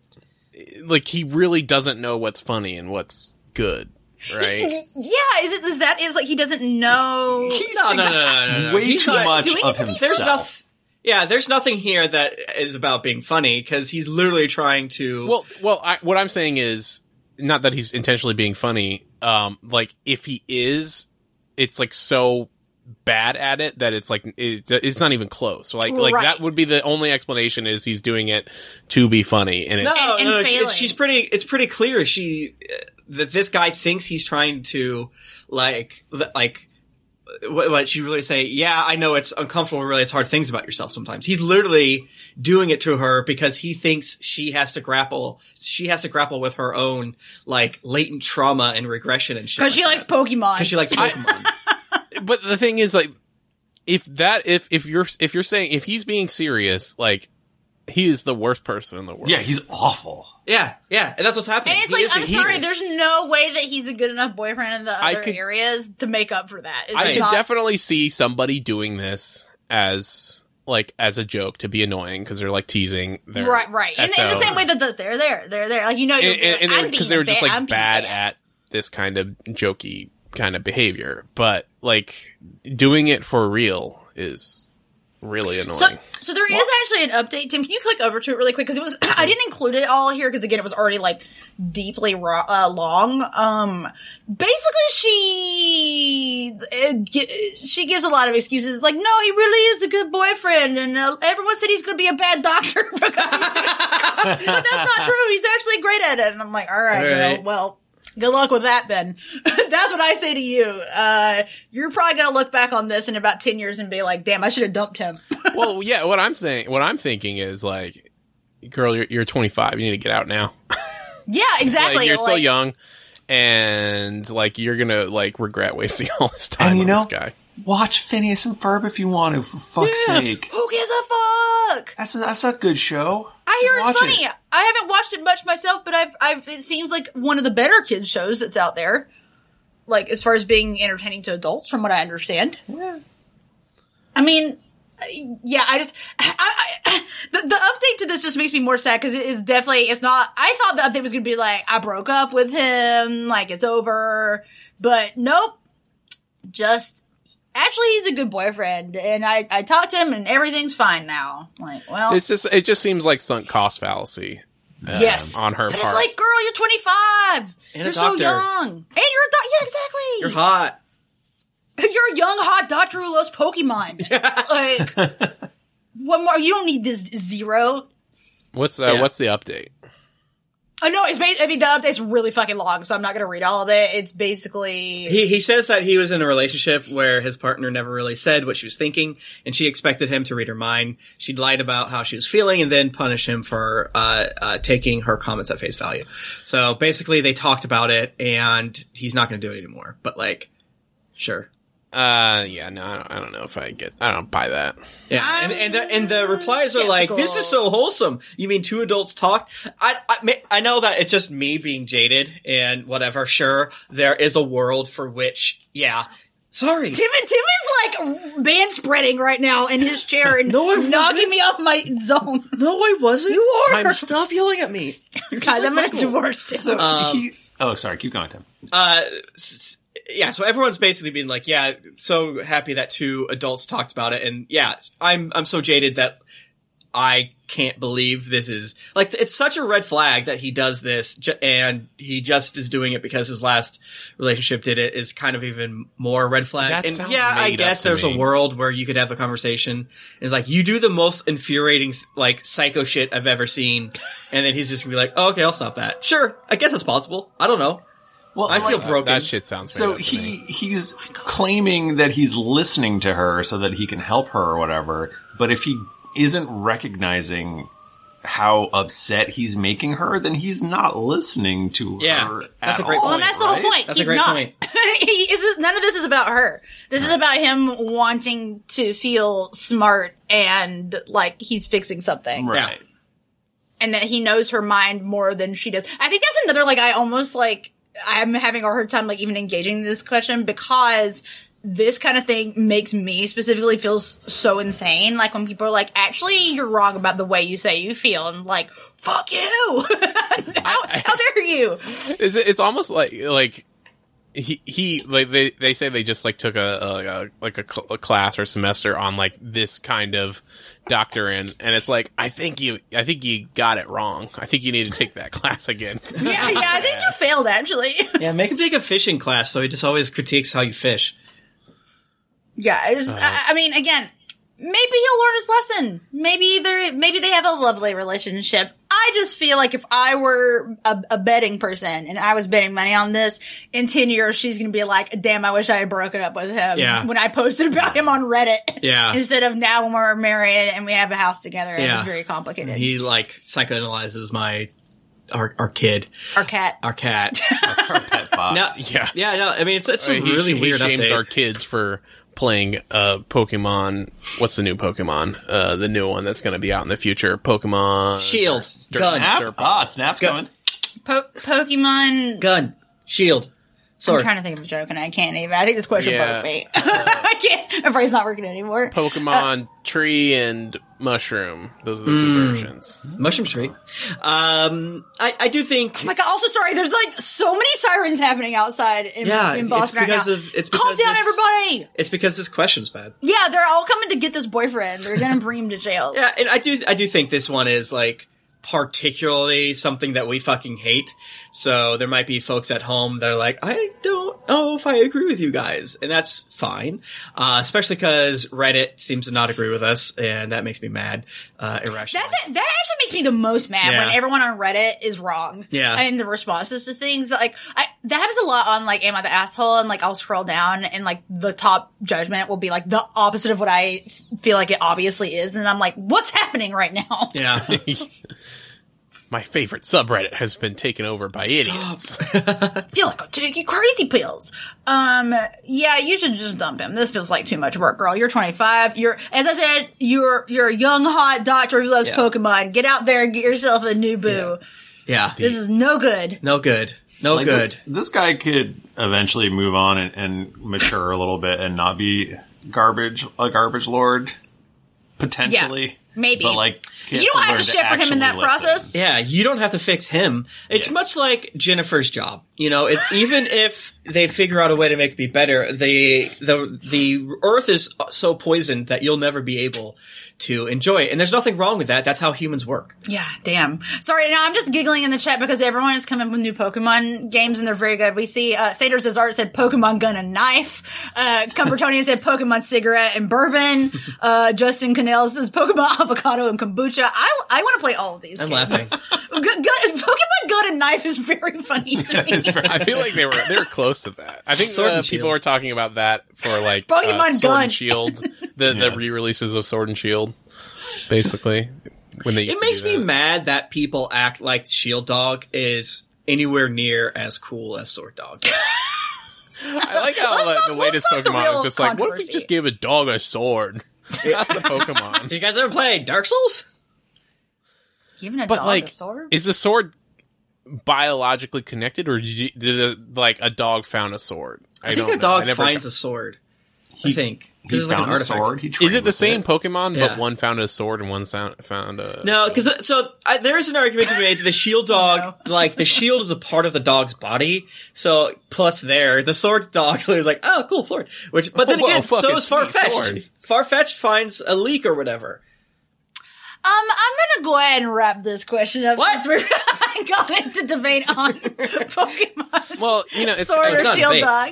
like he really doesn't know what's funny and what's good,
[LAUGHS]
right?
Yeah, is it is that is like he doesn't know?
no, no, no, no, no, no.
Way
He's
too
not-
much
doing
of
it to be-
himself.
There's nothing. Yeah, there's nothing here that is about being funny because he's literally trying to.
Well, well, I, what I'm saying is not that he's intentionally being funny. Um, like if he is, it's like so bad at it that it's like it, it's not even close. Like like
Right.
that would be the only explanation is he's doing it to be funny and it,
no,
and- and
no, no, she- it's-
failing.
she's pretty. It's pretty clear she uh, that this guy thinks he's trying to like th- like what, what she really say? Yeah, I know it's uncomfortable to realize hard things about yourself sometimes. He's literally doing it to her because he thinks she has to grapple. She has to grapple with her own like latent trauma and regression and shit.
Because she
like
likes Pokemon.
because she likes Pokemon.
but the thing is like if that if if you're if you're saying if he's being serious like he is the worst person in the world
Yeah, he's awful.
yeah, yeah, and that's what's happening.
and it's
He
like,
is
I'm
what he
sorry,
is.
there's no way that he's a good enough boyfriend in the
I
other
could-
areas to make up for that. It's
i can
not-
definitely see somebody doing this as like as a joke to be annoying because they're like teasing their
Right, right. In, in the
SO.
same way that the, they're there, they're there. Like you know,
and, and, and they were-
because
because they were just like
I'm being
bad at this kind of jokey kind of behavior but like doing it for real is really annoying
So, so there is actually an update. Tim, can you click over to it really quick? Because it was [CLEARS THROAT] I didn't include it all here because again, it was already like deeply ro- uh, long. Um, basically, she uh, gi- she gives a lot of excuses, like no, he really is a good boyfriend, and uh, everyone said he's going to be a bad doctor [LAUGHS] because he's doing- but that's not true. He's actually great at it, and I'm like, all right,
All right.
Well, well. Good luck with that, then. [LAUGHS] That's what I say to you. Uh, you're probably gonna look back on this in about ten years and be like, "Damn, I should have dumped him."
well, yeah. What I'm saying, what I'm thinking is like, girl, you're, you're 25. You need to get out now.
Yeah, exactly.
like, you're still
Like,
young, and like you're gonna like regret wasting [LAUGHS] all this time
And you
on
know,
this guy.
watch Phineas and Ferb if you want to. For fuck's
Yeah.
sake,
Who gives a fuck?
that's a, that's a good show.
I hear
Just
it's
watch
funny.
it.
I haven't watched it much myself, but I've, I've, it seems like one of the better kids shows that's out there. Like, as far as being entertaining to adults, from what I understand. I mean, uh, yeah, I just, I, I, [COUGHS] the, the update to this just makes me more sad because it is definitely, it's not, I thought the update was going to be like, I broke up with him, like it's over, but nope. Just, actually, he's a good boyfriend and I, I talked to him and everything's fine now. Like, well.
It's just, it just seems like sunk cost fallacy. um,
Yes,
on her
But
part.
it's like, girl, you're 25.
And a
you're so
doctor.
young, and you're a doc. Yeah, exactly.
You're hot.
[LAUGHS] You're a young hot doctor who loves
[LAUGHS]
Pokemon. like, one more. You don't need this zero.
what's uh,
Yeah.
what's the update?
I know it's. Ba- I mean, the update's really fucking long, so I'm not gonna read all of it. It's basically
He he says that he was in a relationship where his partner never really said what she was thinking, and she expected him to read her mind. She lied about how she was feeling, and then punished him for uh, uh, taking her comments at face value. So basically, they talked about it, and he's not going to do it anymore. But like, sure,
Uh, yeah, no, I don't, I don't know if I get. I don't buy that.
yeah. And and the, and the replies are like, "This is
skeptical.
so wholesome." You mean two adults talked? I I, ma- I know that it's just me being jaded and whatever. Sure, there is a world for which, yeah. Sorry.
Tim. Tim is like man spreading right now in his chair
[LAUGHS]
and knocking me off my zone.
No, I wasn't.
You are.
Stop yelling at me.
Guys, I'm gonna divorce him.
So he-
Um,
oh, sorry, keep going, Tim.
S- Yeah, so everyone's basically been like, "Yeah, so happy that two adults talked about it," and yeah, I'm I'm so jaded that I can't believe this is like it's such a red flag that he does this, ju- and he just is doing it because his last relationship did it is kind of even more red flag.
That
and
sounds
yeah, I
made up
guess
to
there's
me.
a world where you could have a conversation. It's like you do the most infuriating th- like psycho shit I've ever seen, and then he's just gonna be like, oh, "Okay, I'll stop that." Sure, I guess it's possible. I don't know.
Well,
I feel
like-
broken.
That shit sounds
So
made up to
he
me.
he's claiming that he's listening to her so that he can help her or whatever. But if he isn't recognizing how upset he's making her, then he's not listening to
Yeah,
her.
that's
at
a great
all,
point,
Well, and that's the whole
right?
point.
That's a
He's
great
not.
point.
[LAUGHS] he is none of this is about her. This is about him wanting to feel smart and like he's fixing something,
Right.
and that he knows her mind more than she does. I think that's another like I almost like I'm having a hard time like even engaging this question because this kind of thing makes me specifically feel s- so insane. Like when people are like, "Actually, you're wrong about the way you say you feel," and like, "Fuck you! [LAUGHS] how, how dare
[LAUGHS]
you!"
Is it, it's almost like like he he like they they say they just like took a, a, a like a, cl- a class or semester on like this kind of doctrine, and it's like I think you I think you got it wrong. I think you need to take that [LAUGHS] class again.
Yeah, yeah, I think you failed actually. [LAUGHS]
Yeah, make him take a fishing class so he just always critiques how you fish.
Yeah, it's, I, I mean, again, maybe he'll learn his lesson. Maybe they maybe they have a lovely relationship. I just feel like if I were a, a betting person and I was betting money on this, in ten years she's gonna be like, "Damn, I wish I had broken up with him
Yeah.
when I posted about him on Reddit."
Yeah.
[LAUGHS] instead of now when we're married and we have a house together,
Yeah.
it's very complicated.
He like psychoanalyzes my our our kid,
Our cat.
our cat. [LAUGHS]
Pet Fox.
no,
Yeah.
yeah, no. I mean, it's it's a
He-
really
he
weird
shames
update.
our kids for playing uh Pokemon. What's the new Pokemon? Uh, the new one that's going to be out in the future. Pokemon
Shield, gun,
Snap? Ah, Snap's
Go-
coming.
Po- Pokemon.
gun, shield.
I'm
Sorry,
trying to think of a joke and I can't even. I think this question
Yeah.
bugged me. [LAUGHS] I can't. My brain's not working anymore.
Pokemon Tree and Mushroom. Those are the
Mm.
two versions.
mushroom tree. Um, I I do think
Like also sorry, there's like so many sirens happening outside in,
Yeah,
in
it's
Boston right
because
now.
of- it's
Calm
because
down,
this-
everybody.
it's because this question's bad.
Yeah, they're all coming to get this boyfriend. They're gonna bring him to jail.
Yeah, and I do I do think this one is like particularly something that we fucking hate. So there might be folks at home that are like, I don't know if I agree with you guys, and that's fine. Uh, especially because Reddit seems to not agree with us, and that makes me mad. Uh, irrational.
That, that, that actually makes me the most mad
Yeah.
when everyone on Reddit is wrong.
Yeah.
And the responses to things. Like, I, that happens a lot on, like, Am I the Asshole? And, like, I'll scroll down and, like, the top judgment will be, like, the opposite of what I feel like it obviously is. And I'm like, what's happening right now?
[LAUGHS]
yeah.
My favorite subreddit has been taken over by idiots.
I feel like I'm taking crazy pills. Um, yeah, you should just dump him. This feels like too much work, girl. You're 25. You're, as I said, you're, you're a young, hot doctor who loves
Yeah.
Pokemon. Get out there and get yourself a new boo.
yeah.
This is no good.
No good. No
Like,
good.
This, this guy could eventually move on and, and mature a little bit and not be garbage a garbage lord potentially.
maybe.
But like
You don't have to shepherd him in that process.
Yeah, you don't have to fix him. It's
Yeah.
much like Jennifer's job. You know, it, [LAUGHS] even if they figure out a way to make it be better, the the the earth is so poisoned that you'll never be able to enjoy it. And there's nothing wrong with that. That's how humans work.
Yeah, damn. Sorry, now I'm just giggling in the chat because everyone is coming with new Pokemon games and they're very good. We see uh, Satyrs Desart said Pokemon Gun and Knife. Uh, Cumbertonian said Pokemon Cigarette and
[LAUGHS]
Bourbon. Uh, Justin Cannell says Pokemon [LAUGHS] Avocado and Kombucha. I, I want to play all of these.
I'm
games. [LAUGHS]
laughing.
Gu- gu- Pokemon Gun and Knife is very funny to
[LAUGHS]
[LAUGHS]
me.
I feel like they were they were close to that. I think
Sword
uh,
and
people
Shield.
are talking about that for like uh,
Pokemon
Sword
Gun.
and Shield, the the re-releases of Sword and Shield, basically. When they used
It
to
makes
do
me
that.
mad that people act like Shield E Dog is anywhere near as cool as
[LAUGHS]
Sword Dog.
I like how
Let's
like,
not-
the
let's
latest
not the
Pokemon
real
is just like, what if
controversy.
we just gave a dog a sword? [LAUGHS] That's the Pokemon.
Did you guys ever play Dark Souls?
Giving a
But
dog
like,
a sword?
[LAUGHS] is the sword biologically connected, or did, you, did a, like a dog found a sword? I,
I think
don't
a
know. I
dog
never-
finds a sword. I think
He
because it's like
found
an
a
artifact.
sword. He
Is
trained
it the
with
same Pokemon,
Yeah.
but one found a sword and one sound, found a?
No, because so I, there is an argument to be made that the
[LAUGHS]
shield dog, like the shield, is a part of the dog's body. So plus there, the sword dog [LAUGHS] is like, oh, cool sword. Which, but then
Whoa,
again,
fuck,
so
it's
is
me,
far
sword.
fetched. Far fetched finds a leak or whatever.
Um, I'm gonna go ahead and wrap this question up.
What?
Since
[LAUGHS]
we're [LAUGHS] going to debate on [LAUGHS] Pokemon
Well, you know, it's,
Sword
it's
or
not
not,
Shield
debate.
Dog.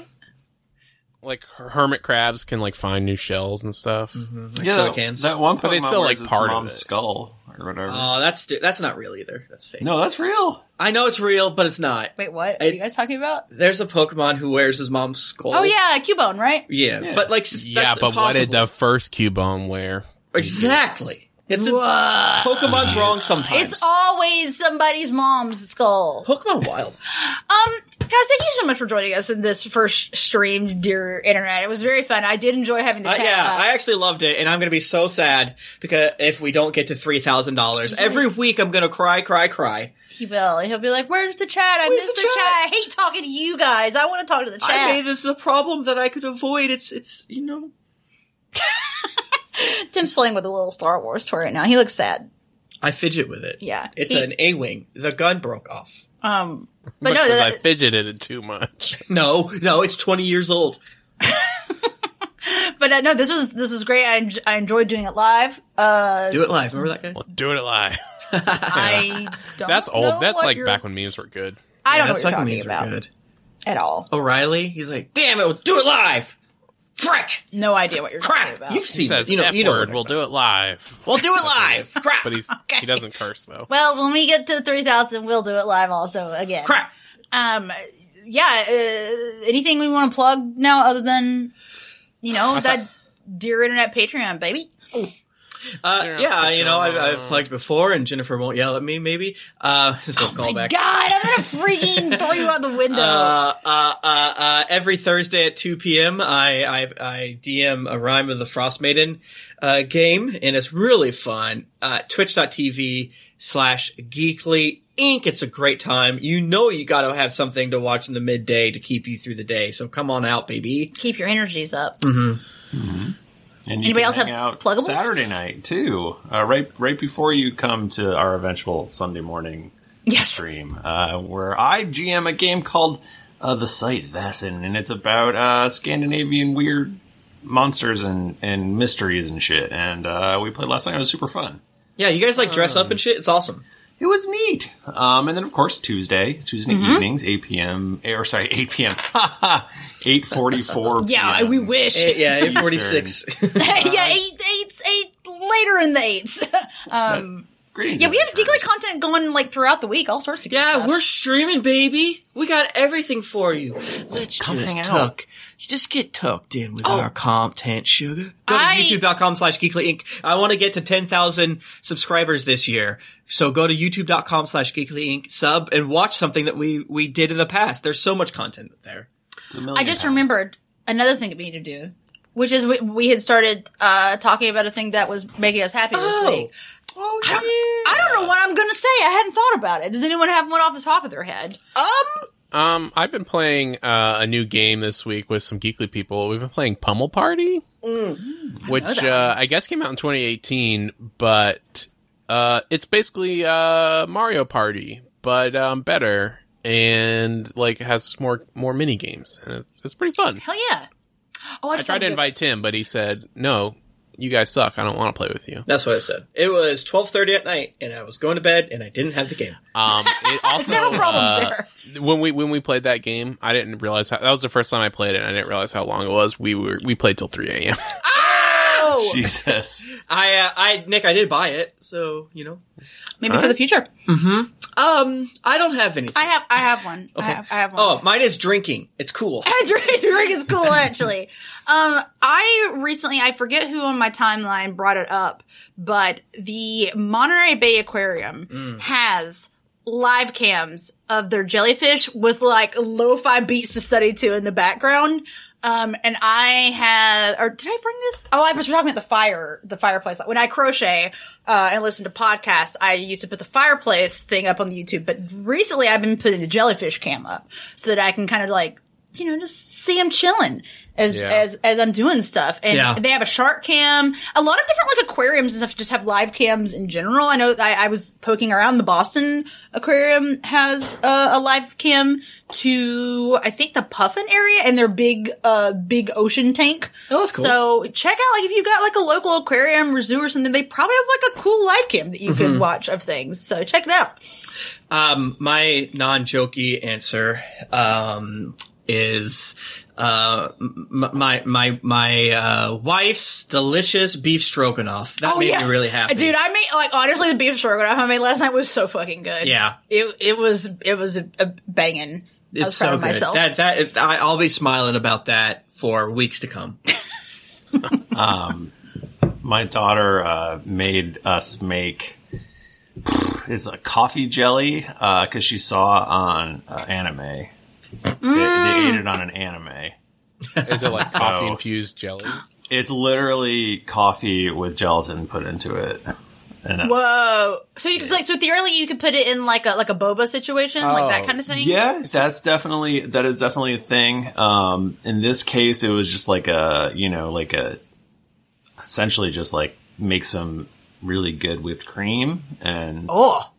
like hermit crabs can like find new shells and stuff.
it.
so
Yeah,
it can.
that, that one Pokemon
But they still,
wears
like,
its
part of
mom's
it.
skull or whatever.
Oh, that's stu- that's not real either. That's fake.
no, that's real.
I know it's real, but it's not.
Wait, what? What
I-
are you guys talking about?
There's a Pokemon who wears his mom's skull.
Oh yeah, Cubone, right?
yeah, but like, s-
Yeah,
that's
but what did
impossible.
the first Cubone wear?
exactly? It's a,
Whoa.
Pokemon's wrong sometimes.
It's always somebody's mom's skull.
Pokemon Wild.
Um, guys, thank you so much for joining us in this first stream, dear internet. It was very fun. I did enjoy having the
Uh,
chat.
yeah,
up.
I actually loved it, and I'm gonna be so sad because if we don't get to three thousand dollars every week, I'm gonna cry, cry, cry.
he will. He'll be like, "Where's the chat? I
Where's
missed
the
the,
chat?"
chat. I hate talking to you guys. I want to talk to the chat."
I mean, this is a problem that I could avoid. It's, it's, you know,
Tim's playing with a little Star Wars toy right now. He looks sad.
I fidget with it.
Yeah.
it's
He-
an A-wing. The gun broke off.
Um, but no,
because I
that,
fidgeted it
[LAUGHS]
too much.
No, no, it's twenty years old.
but uh, no, this was this was great. I, en- I enjoyed doing it live. Uh,
Do it live. Remember that, guys?
Doing it live.
I don't.
[LAUGHS] That's
know
old. That's
what
like
you're-
back when memes were good.
I don't
That's
know what
fucking
you're talking
memes are
about
good.
at all.
O'Reilly, he's like, damn it, do it live. Frick!
No idea what you're talking
Crap!
about.
You've
He
seen
says
it. You know,
F
you know.
word.
what I-
We'll do it live.
[LAUGHS]
[LAUGHS]
We'll do it live. Crap!
But he's he doesn't curse though.
well, when we get to 3,000, we'll do it live also again.
Crap!
Um, yeah, uh, anything we want to plug now other than, you know, that Dear Internet Patreon, baby?
Uh, yeah, you know, I've, I've plugged before, and Jennifer won't yell at me. Maybe uh, [LAUGHS] just a callback.
God, I'm going to
[LAUGHS]
freaking throw you out the window.
Uh, uh, uh, uh, every Thursday at 2 p.m., I, I, I DM a Rhyme of the Frost Maiden uh, game, and it's really fun. Uh, Twitch.tv slash Geekly Inc. It's a great time. You know you got to have something to watch in the midday to keep you through the day, so come on out, baby.
Keep your energies up.
mm-hmm.
And you
Anybody
can
else
hang
have
out
pluggables?
Saturday night too, uh, right right before you come to our eventual Sunday morning
Yes.
stream, uh, where I GM a game called uh, The Site Vassin, and it's about uh, Scandinavian weird monsters and, and mysteries and shit. And uh, we played last night; it was super fun.
Yeah, you guys like dress up and shit? It's awesome.
It was neat. Um, and then, of course, Tuesday, Tuesday
Mm-hmm.
evenings, eight p.m. or sorry, eight p.m. [LAUGHS] eight forty-four.
[LAUGHS] Yeah, I- we wish.
Eh, yeah, 846.
[LAUGHS] yeah, eight, eight, eight later in the eights. [LAUGHS] yeah, we have giggly content going like throughout the week, all sorts of good
Yeah,
stuff.
we're streaming, baby. We got everything for you. Let's just tuck. You just get tucked in with our content, sugar. Go to
I-
youtube.com slash geekly inc. I want to get to 10,000 subscribers this year. So go to youtube.com slash geekly inc sub and watch something that we, we did in the past. There's so much content there.
I just remembered another thing that we need to do, which is we, we had started uh, talking about a thing that was making us happy
Oh.
this week. I don't know what I'm going to say. I hadn't thought about it. Does anyone have one off the top of their head?
Um, I've been playing uh, a new game this week with some geekly people. We've been playing Pummel Party, which uh, I guess came out in 2018, but uh, it's basically uh, Mario Party, but um, better and like has more more mini games, and it's, it's pretty fun.
Hell yeah. Oh, I
I
just
tried
had a
to
good-
invite Tim, but he said no. You guys suck. I don't want to play with you.
That's what I said. It was 1230 at night and I was going to bed and I didn't have the game.
Um, it also,
[LAUGHS] Several problems
uh,
there.
when we when we played that game, I didn't realize how that was the first time I played it. and I didn't realize how long it was. We were we played till three a.m.
[LAUGHS] Jesus.
I, uh, I, Nick, I did buy it. So, you know,
Maybe for the future.
um, I don't have anything.
I have I have one. I, have, I have one.
Oh, mine is drinking. It's cool.
[LAUGHS] drink, drink is cool actually. Um, I recently I forget who on my timeline brought it up, but the Monterey Bay Aquarium has live cams of their jellyfish with like lo-fi beats to study to in the background. Um, and I have, or did I bring this? Oh, I was talking about the fire, the fireplace. When I crochet, uh, and listen to podcasts, I used to put the fireplace thing up on the YouTube, but recently I've been putting the jellyfish cam up so that I can kind of like, you know, just see them chilling as,
Yeah.
as, as I'm doing stuff. And
Yeah.
they have a shark cam. A lot of different like aquariums and stuff just have live cams in general. I know I, I was poking around. The Boston Aquarium has uh, a live cam to I think the Puffin area and their big uh big ocean tank.
Oh, that's cool.
So check out like if you got like a local aquarium or zoo or something, they probably have like a cool live cam that you
Mm-hmm.
can watch of things. So check it out.
Um, my non-jokey answer, um, is, uh, m- my, my, my, uh, wife's delicious beef stroganoff. That made me really happy.
Oh, dude. I made like honestly the beef stroganoff I made last night was so fucking good.
Yeah.
it it was it was a, a banging. I was
it's
proud
so
of
good.
myself.
That, that, I, I'll be smiling about that for weeks to come.
my daughter uh, made us make is a coffee jelly because she saw on uh, anime. They-
Mm.
They, ate it on an anime.
[LAUGHS] Is it [LAUGHS] like coffee infused jelly?
It's literally coffee with gelatin put into it. And uh,
Whoa! So you could like so theoretically you could put it in like a like a boba situation, like that
Oh,
kind of thing.
Yeah, that's definitely that is definitely a thing. Um, in this case, it was just like a you know like a essentially just like make some really good whipped cream and
Oh,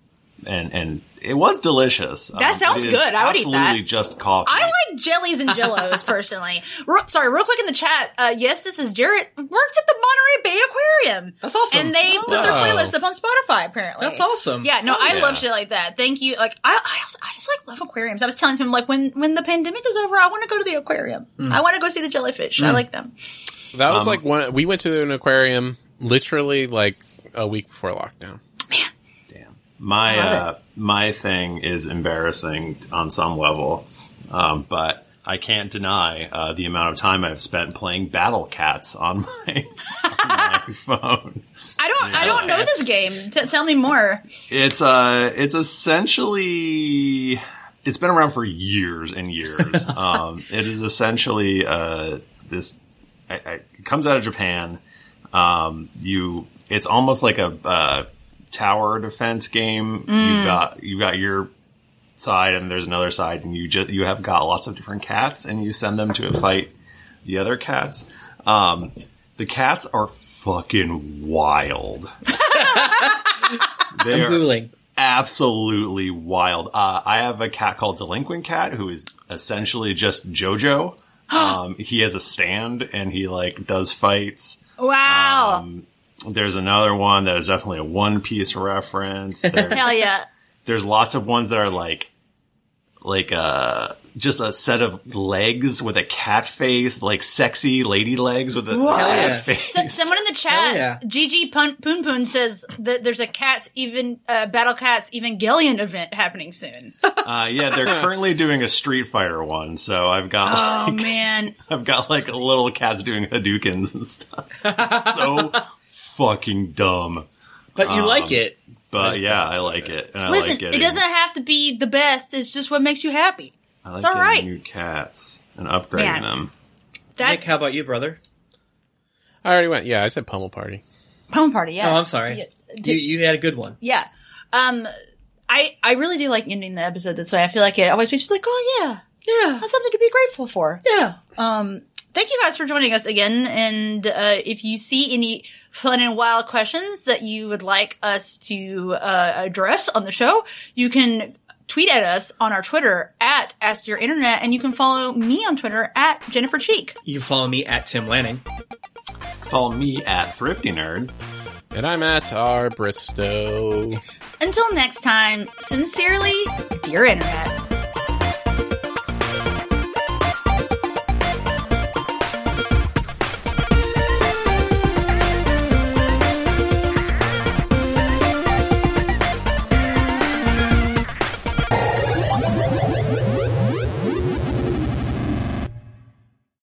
and and it was delicious. Um,
That sounds
it is
good. I would eat
absolutely
that.
just coffee.
I like jellies and
[LAUGHS]
jellos personally. Real, sorry, real quick in the chat. Uh, yes, this is Jarrett. Works at the Monterey Bay Aquarium.
That's awesome.
And they put their
Wow.
playlist up on Spotify. Apparently,
That's awesome.
Yeah, no, I
yeah.
love shit like that. Thank you. Like I, I, also, I just like love aquariums. I was telling him like when when the pandemic is over, I want to go to the aquarium.
Mm.
I want to go see the jellyfish. I like them.
That was like one. We went to an aquarium literally like a week before lockdown.
Damn. My
Love
uh, my thing is embarrassing on some level, um, but I can't deny uh, the amount of time I've spent playing Battle Cats on my, [LAUGHS] on
[LAUGHS]
my phone.
I don't I don't know this game. T- tell me more.
It's uh, it's essentially it's been around for years
[LAUGHS]
and years. um, it is essentially uh, this. I, I, it comes out of Japan. Um, you, it's almost like a uh, tower defense game.
Mm.
You've got you've got your side and there's another side, and you just you have got lots of different cats, and you send them to fight the other cats. Um, the cats are
[LAUGHS]
fucking wild. they
I'm
are-
Googling.
absolutely wild. Uh, I have a cat called Delinquent Cat who is essentially
[GASPS]
just JoJo. um, he has a stand and he like does fights.
Wow.
There's another one that is definitely a One
[LAUGHS]
Piece reference. There's,
Hell yeah.
there's lots of ones that are like like uh just a set of legs with a cat face, like sexy lady legs with a cat
yeah.
face.
So, someone in the
Hell yeah.
chat, Gigi Pun- Poon Poon says that there's a Cats even uh, Battle Cats Evangelion event happening
[LAUGHS]
soon.
Uh, yeah,
[LAUGHS]
they're currently doing a Street Fighter one, so I've got
Oh man,
I've got like little cats doing Hadoukens and stuff. It's so fucking dumb.
But you like it.
But yeah, I like it. And I
listen,
like getting,
it doesn't have to be the best. It's just what makes you happy.
I like
it's all
getting
right.
new cats and upgrading
Man.
them.
That
Nick, how about you, brother? Oh,
I already went. Yeah, I said pummel party.
home party, yeah.
Oh, I'm sorry. You you had a good one.
Yeah. Um, I, I really do like ending the episode this way. I feel like it always makes me like, oh yeah,
Yeah.
that's something to be grateful for.
Yeah.
Um, thank you guys for joining us again. And, uh, if you see any fun and wild questions that you would like us to, uh, address on the show, you can tweet at us on our Twitter at Ask Your Internet and you can follow me on Twitter at Jennifer Cheek.
You follow me at Tim Lanning.
Follow me at Thrifty Nerd.
And I'm at our Bristow.
Until next time, sincerely, dear Internet.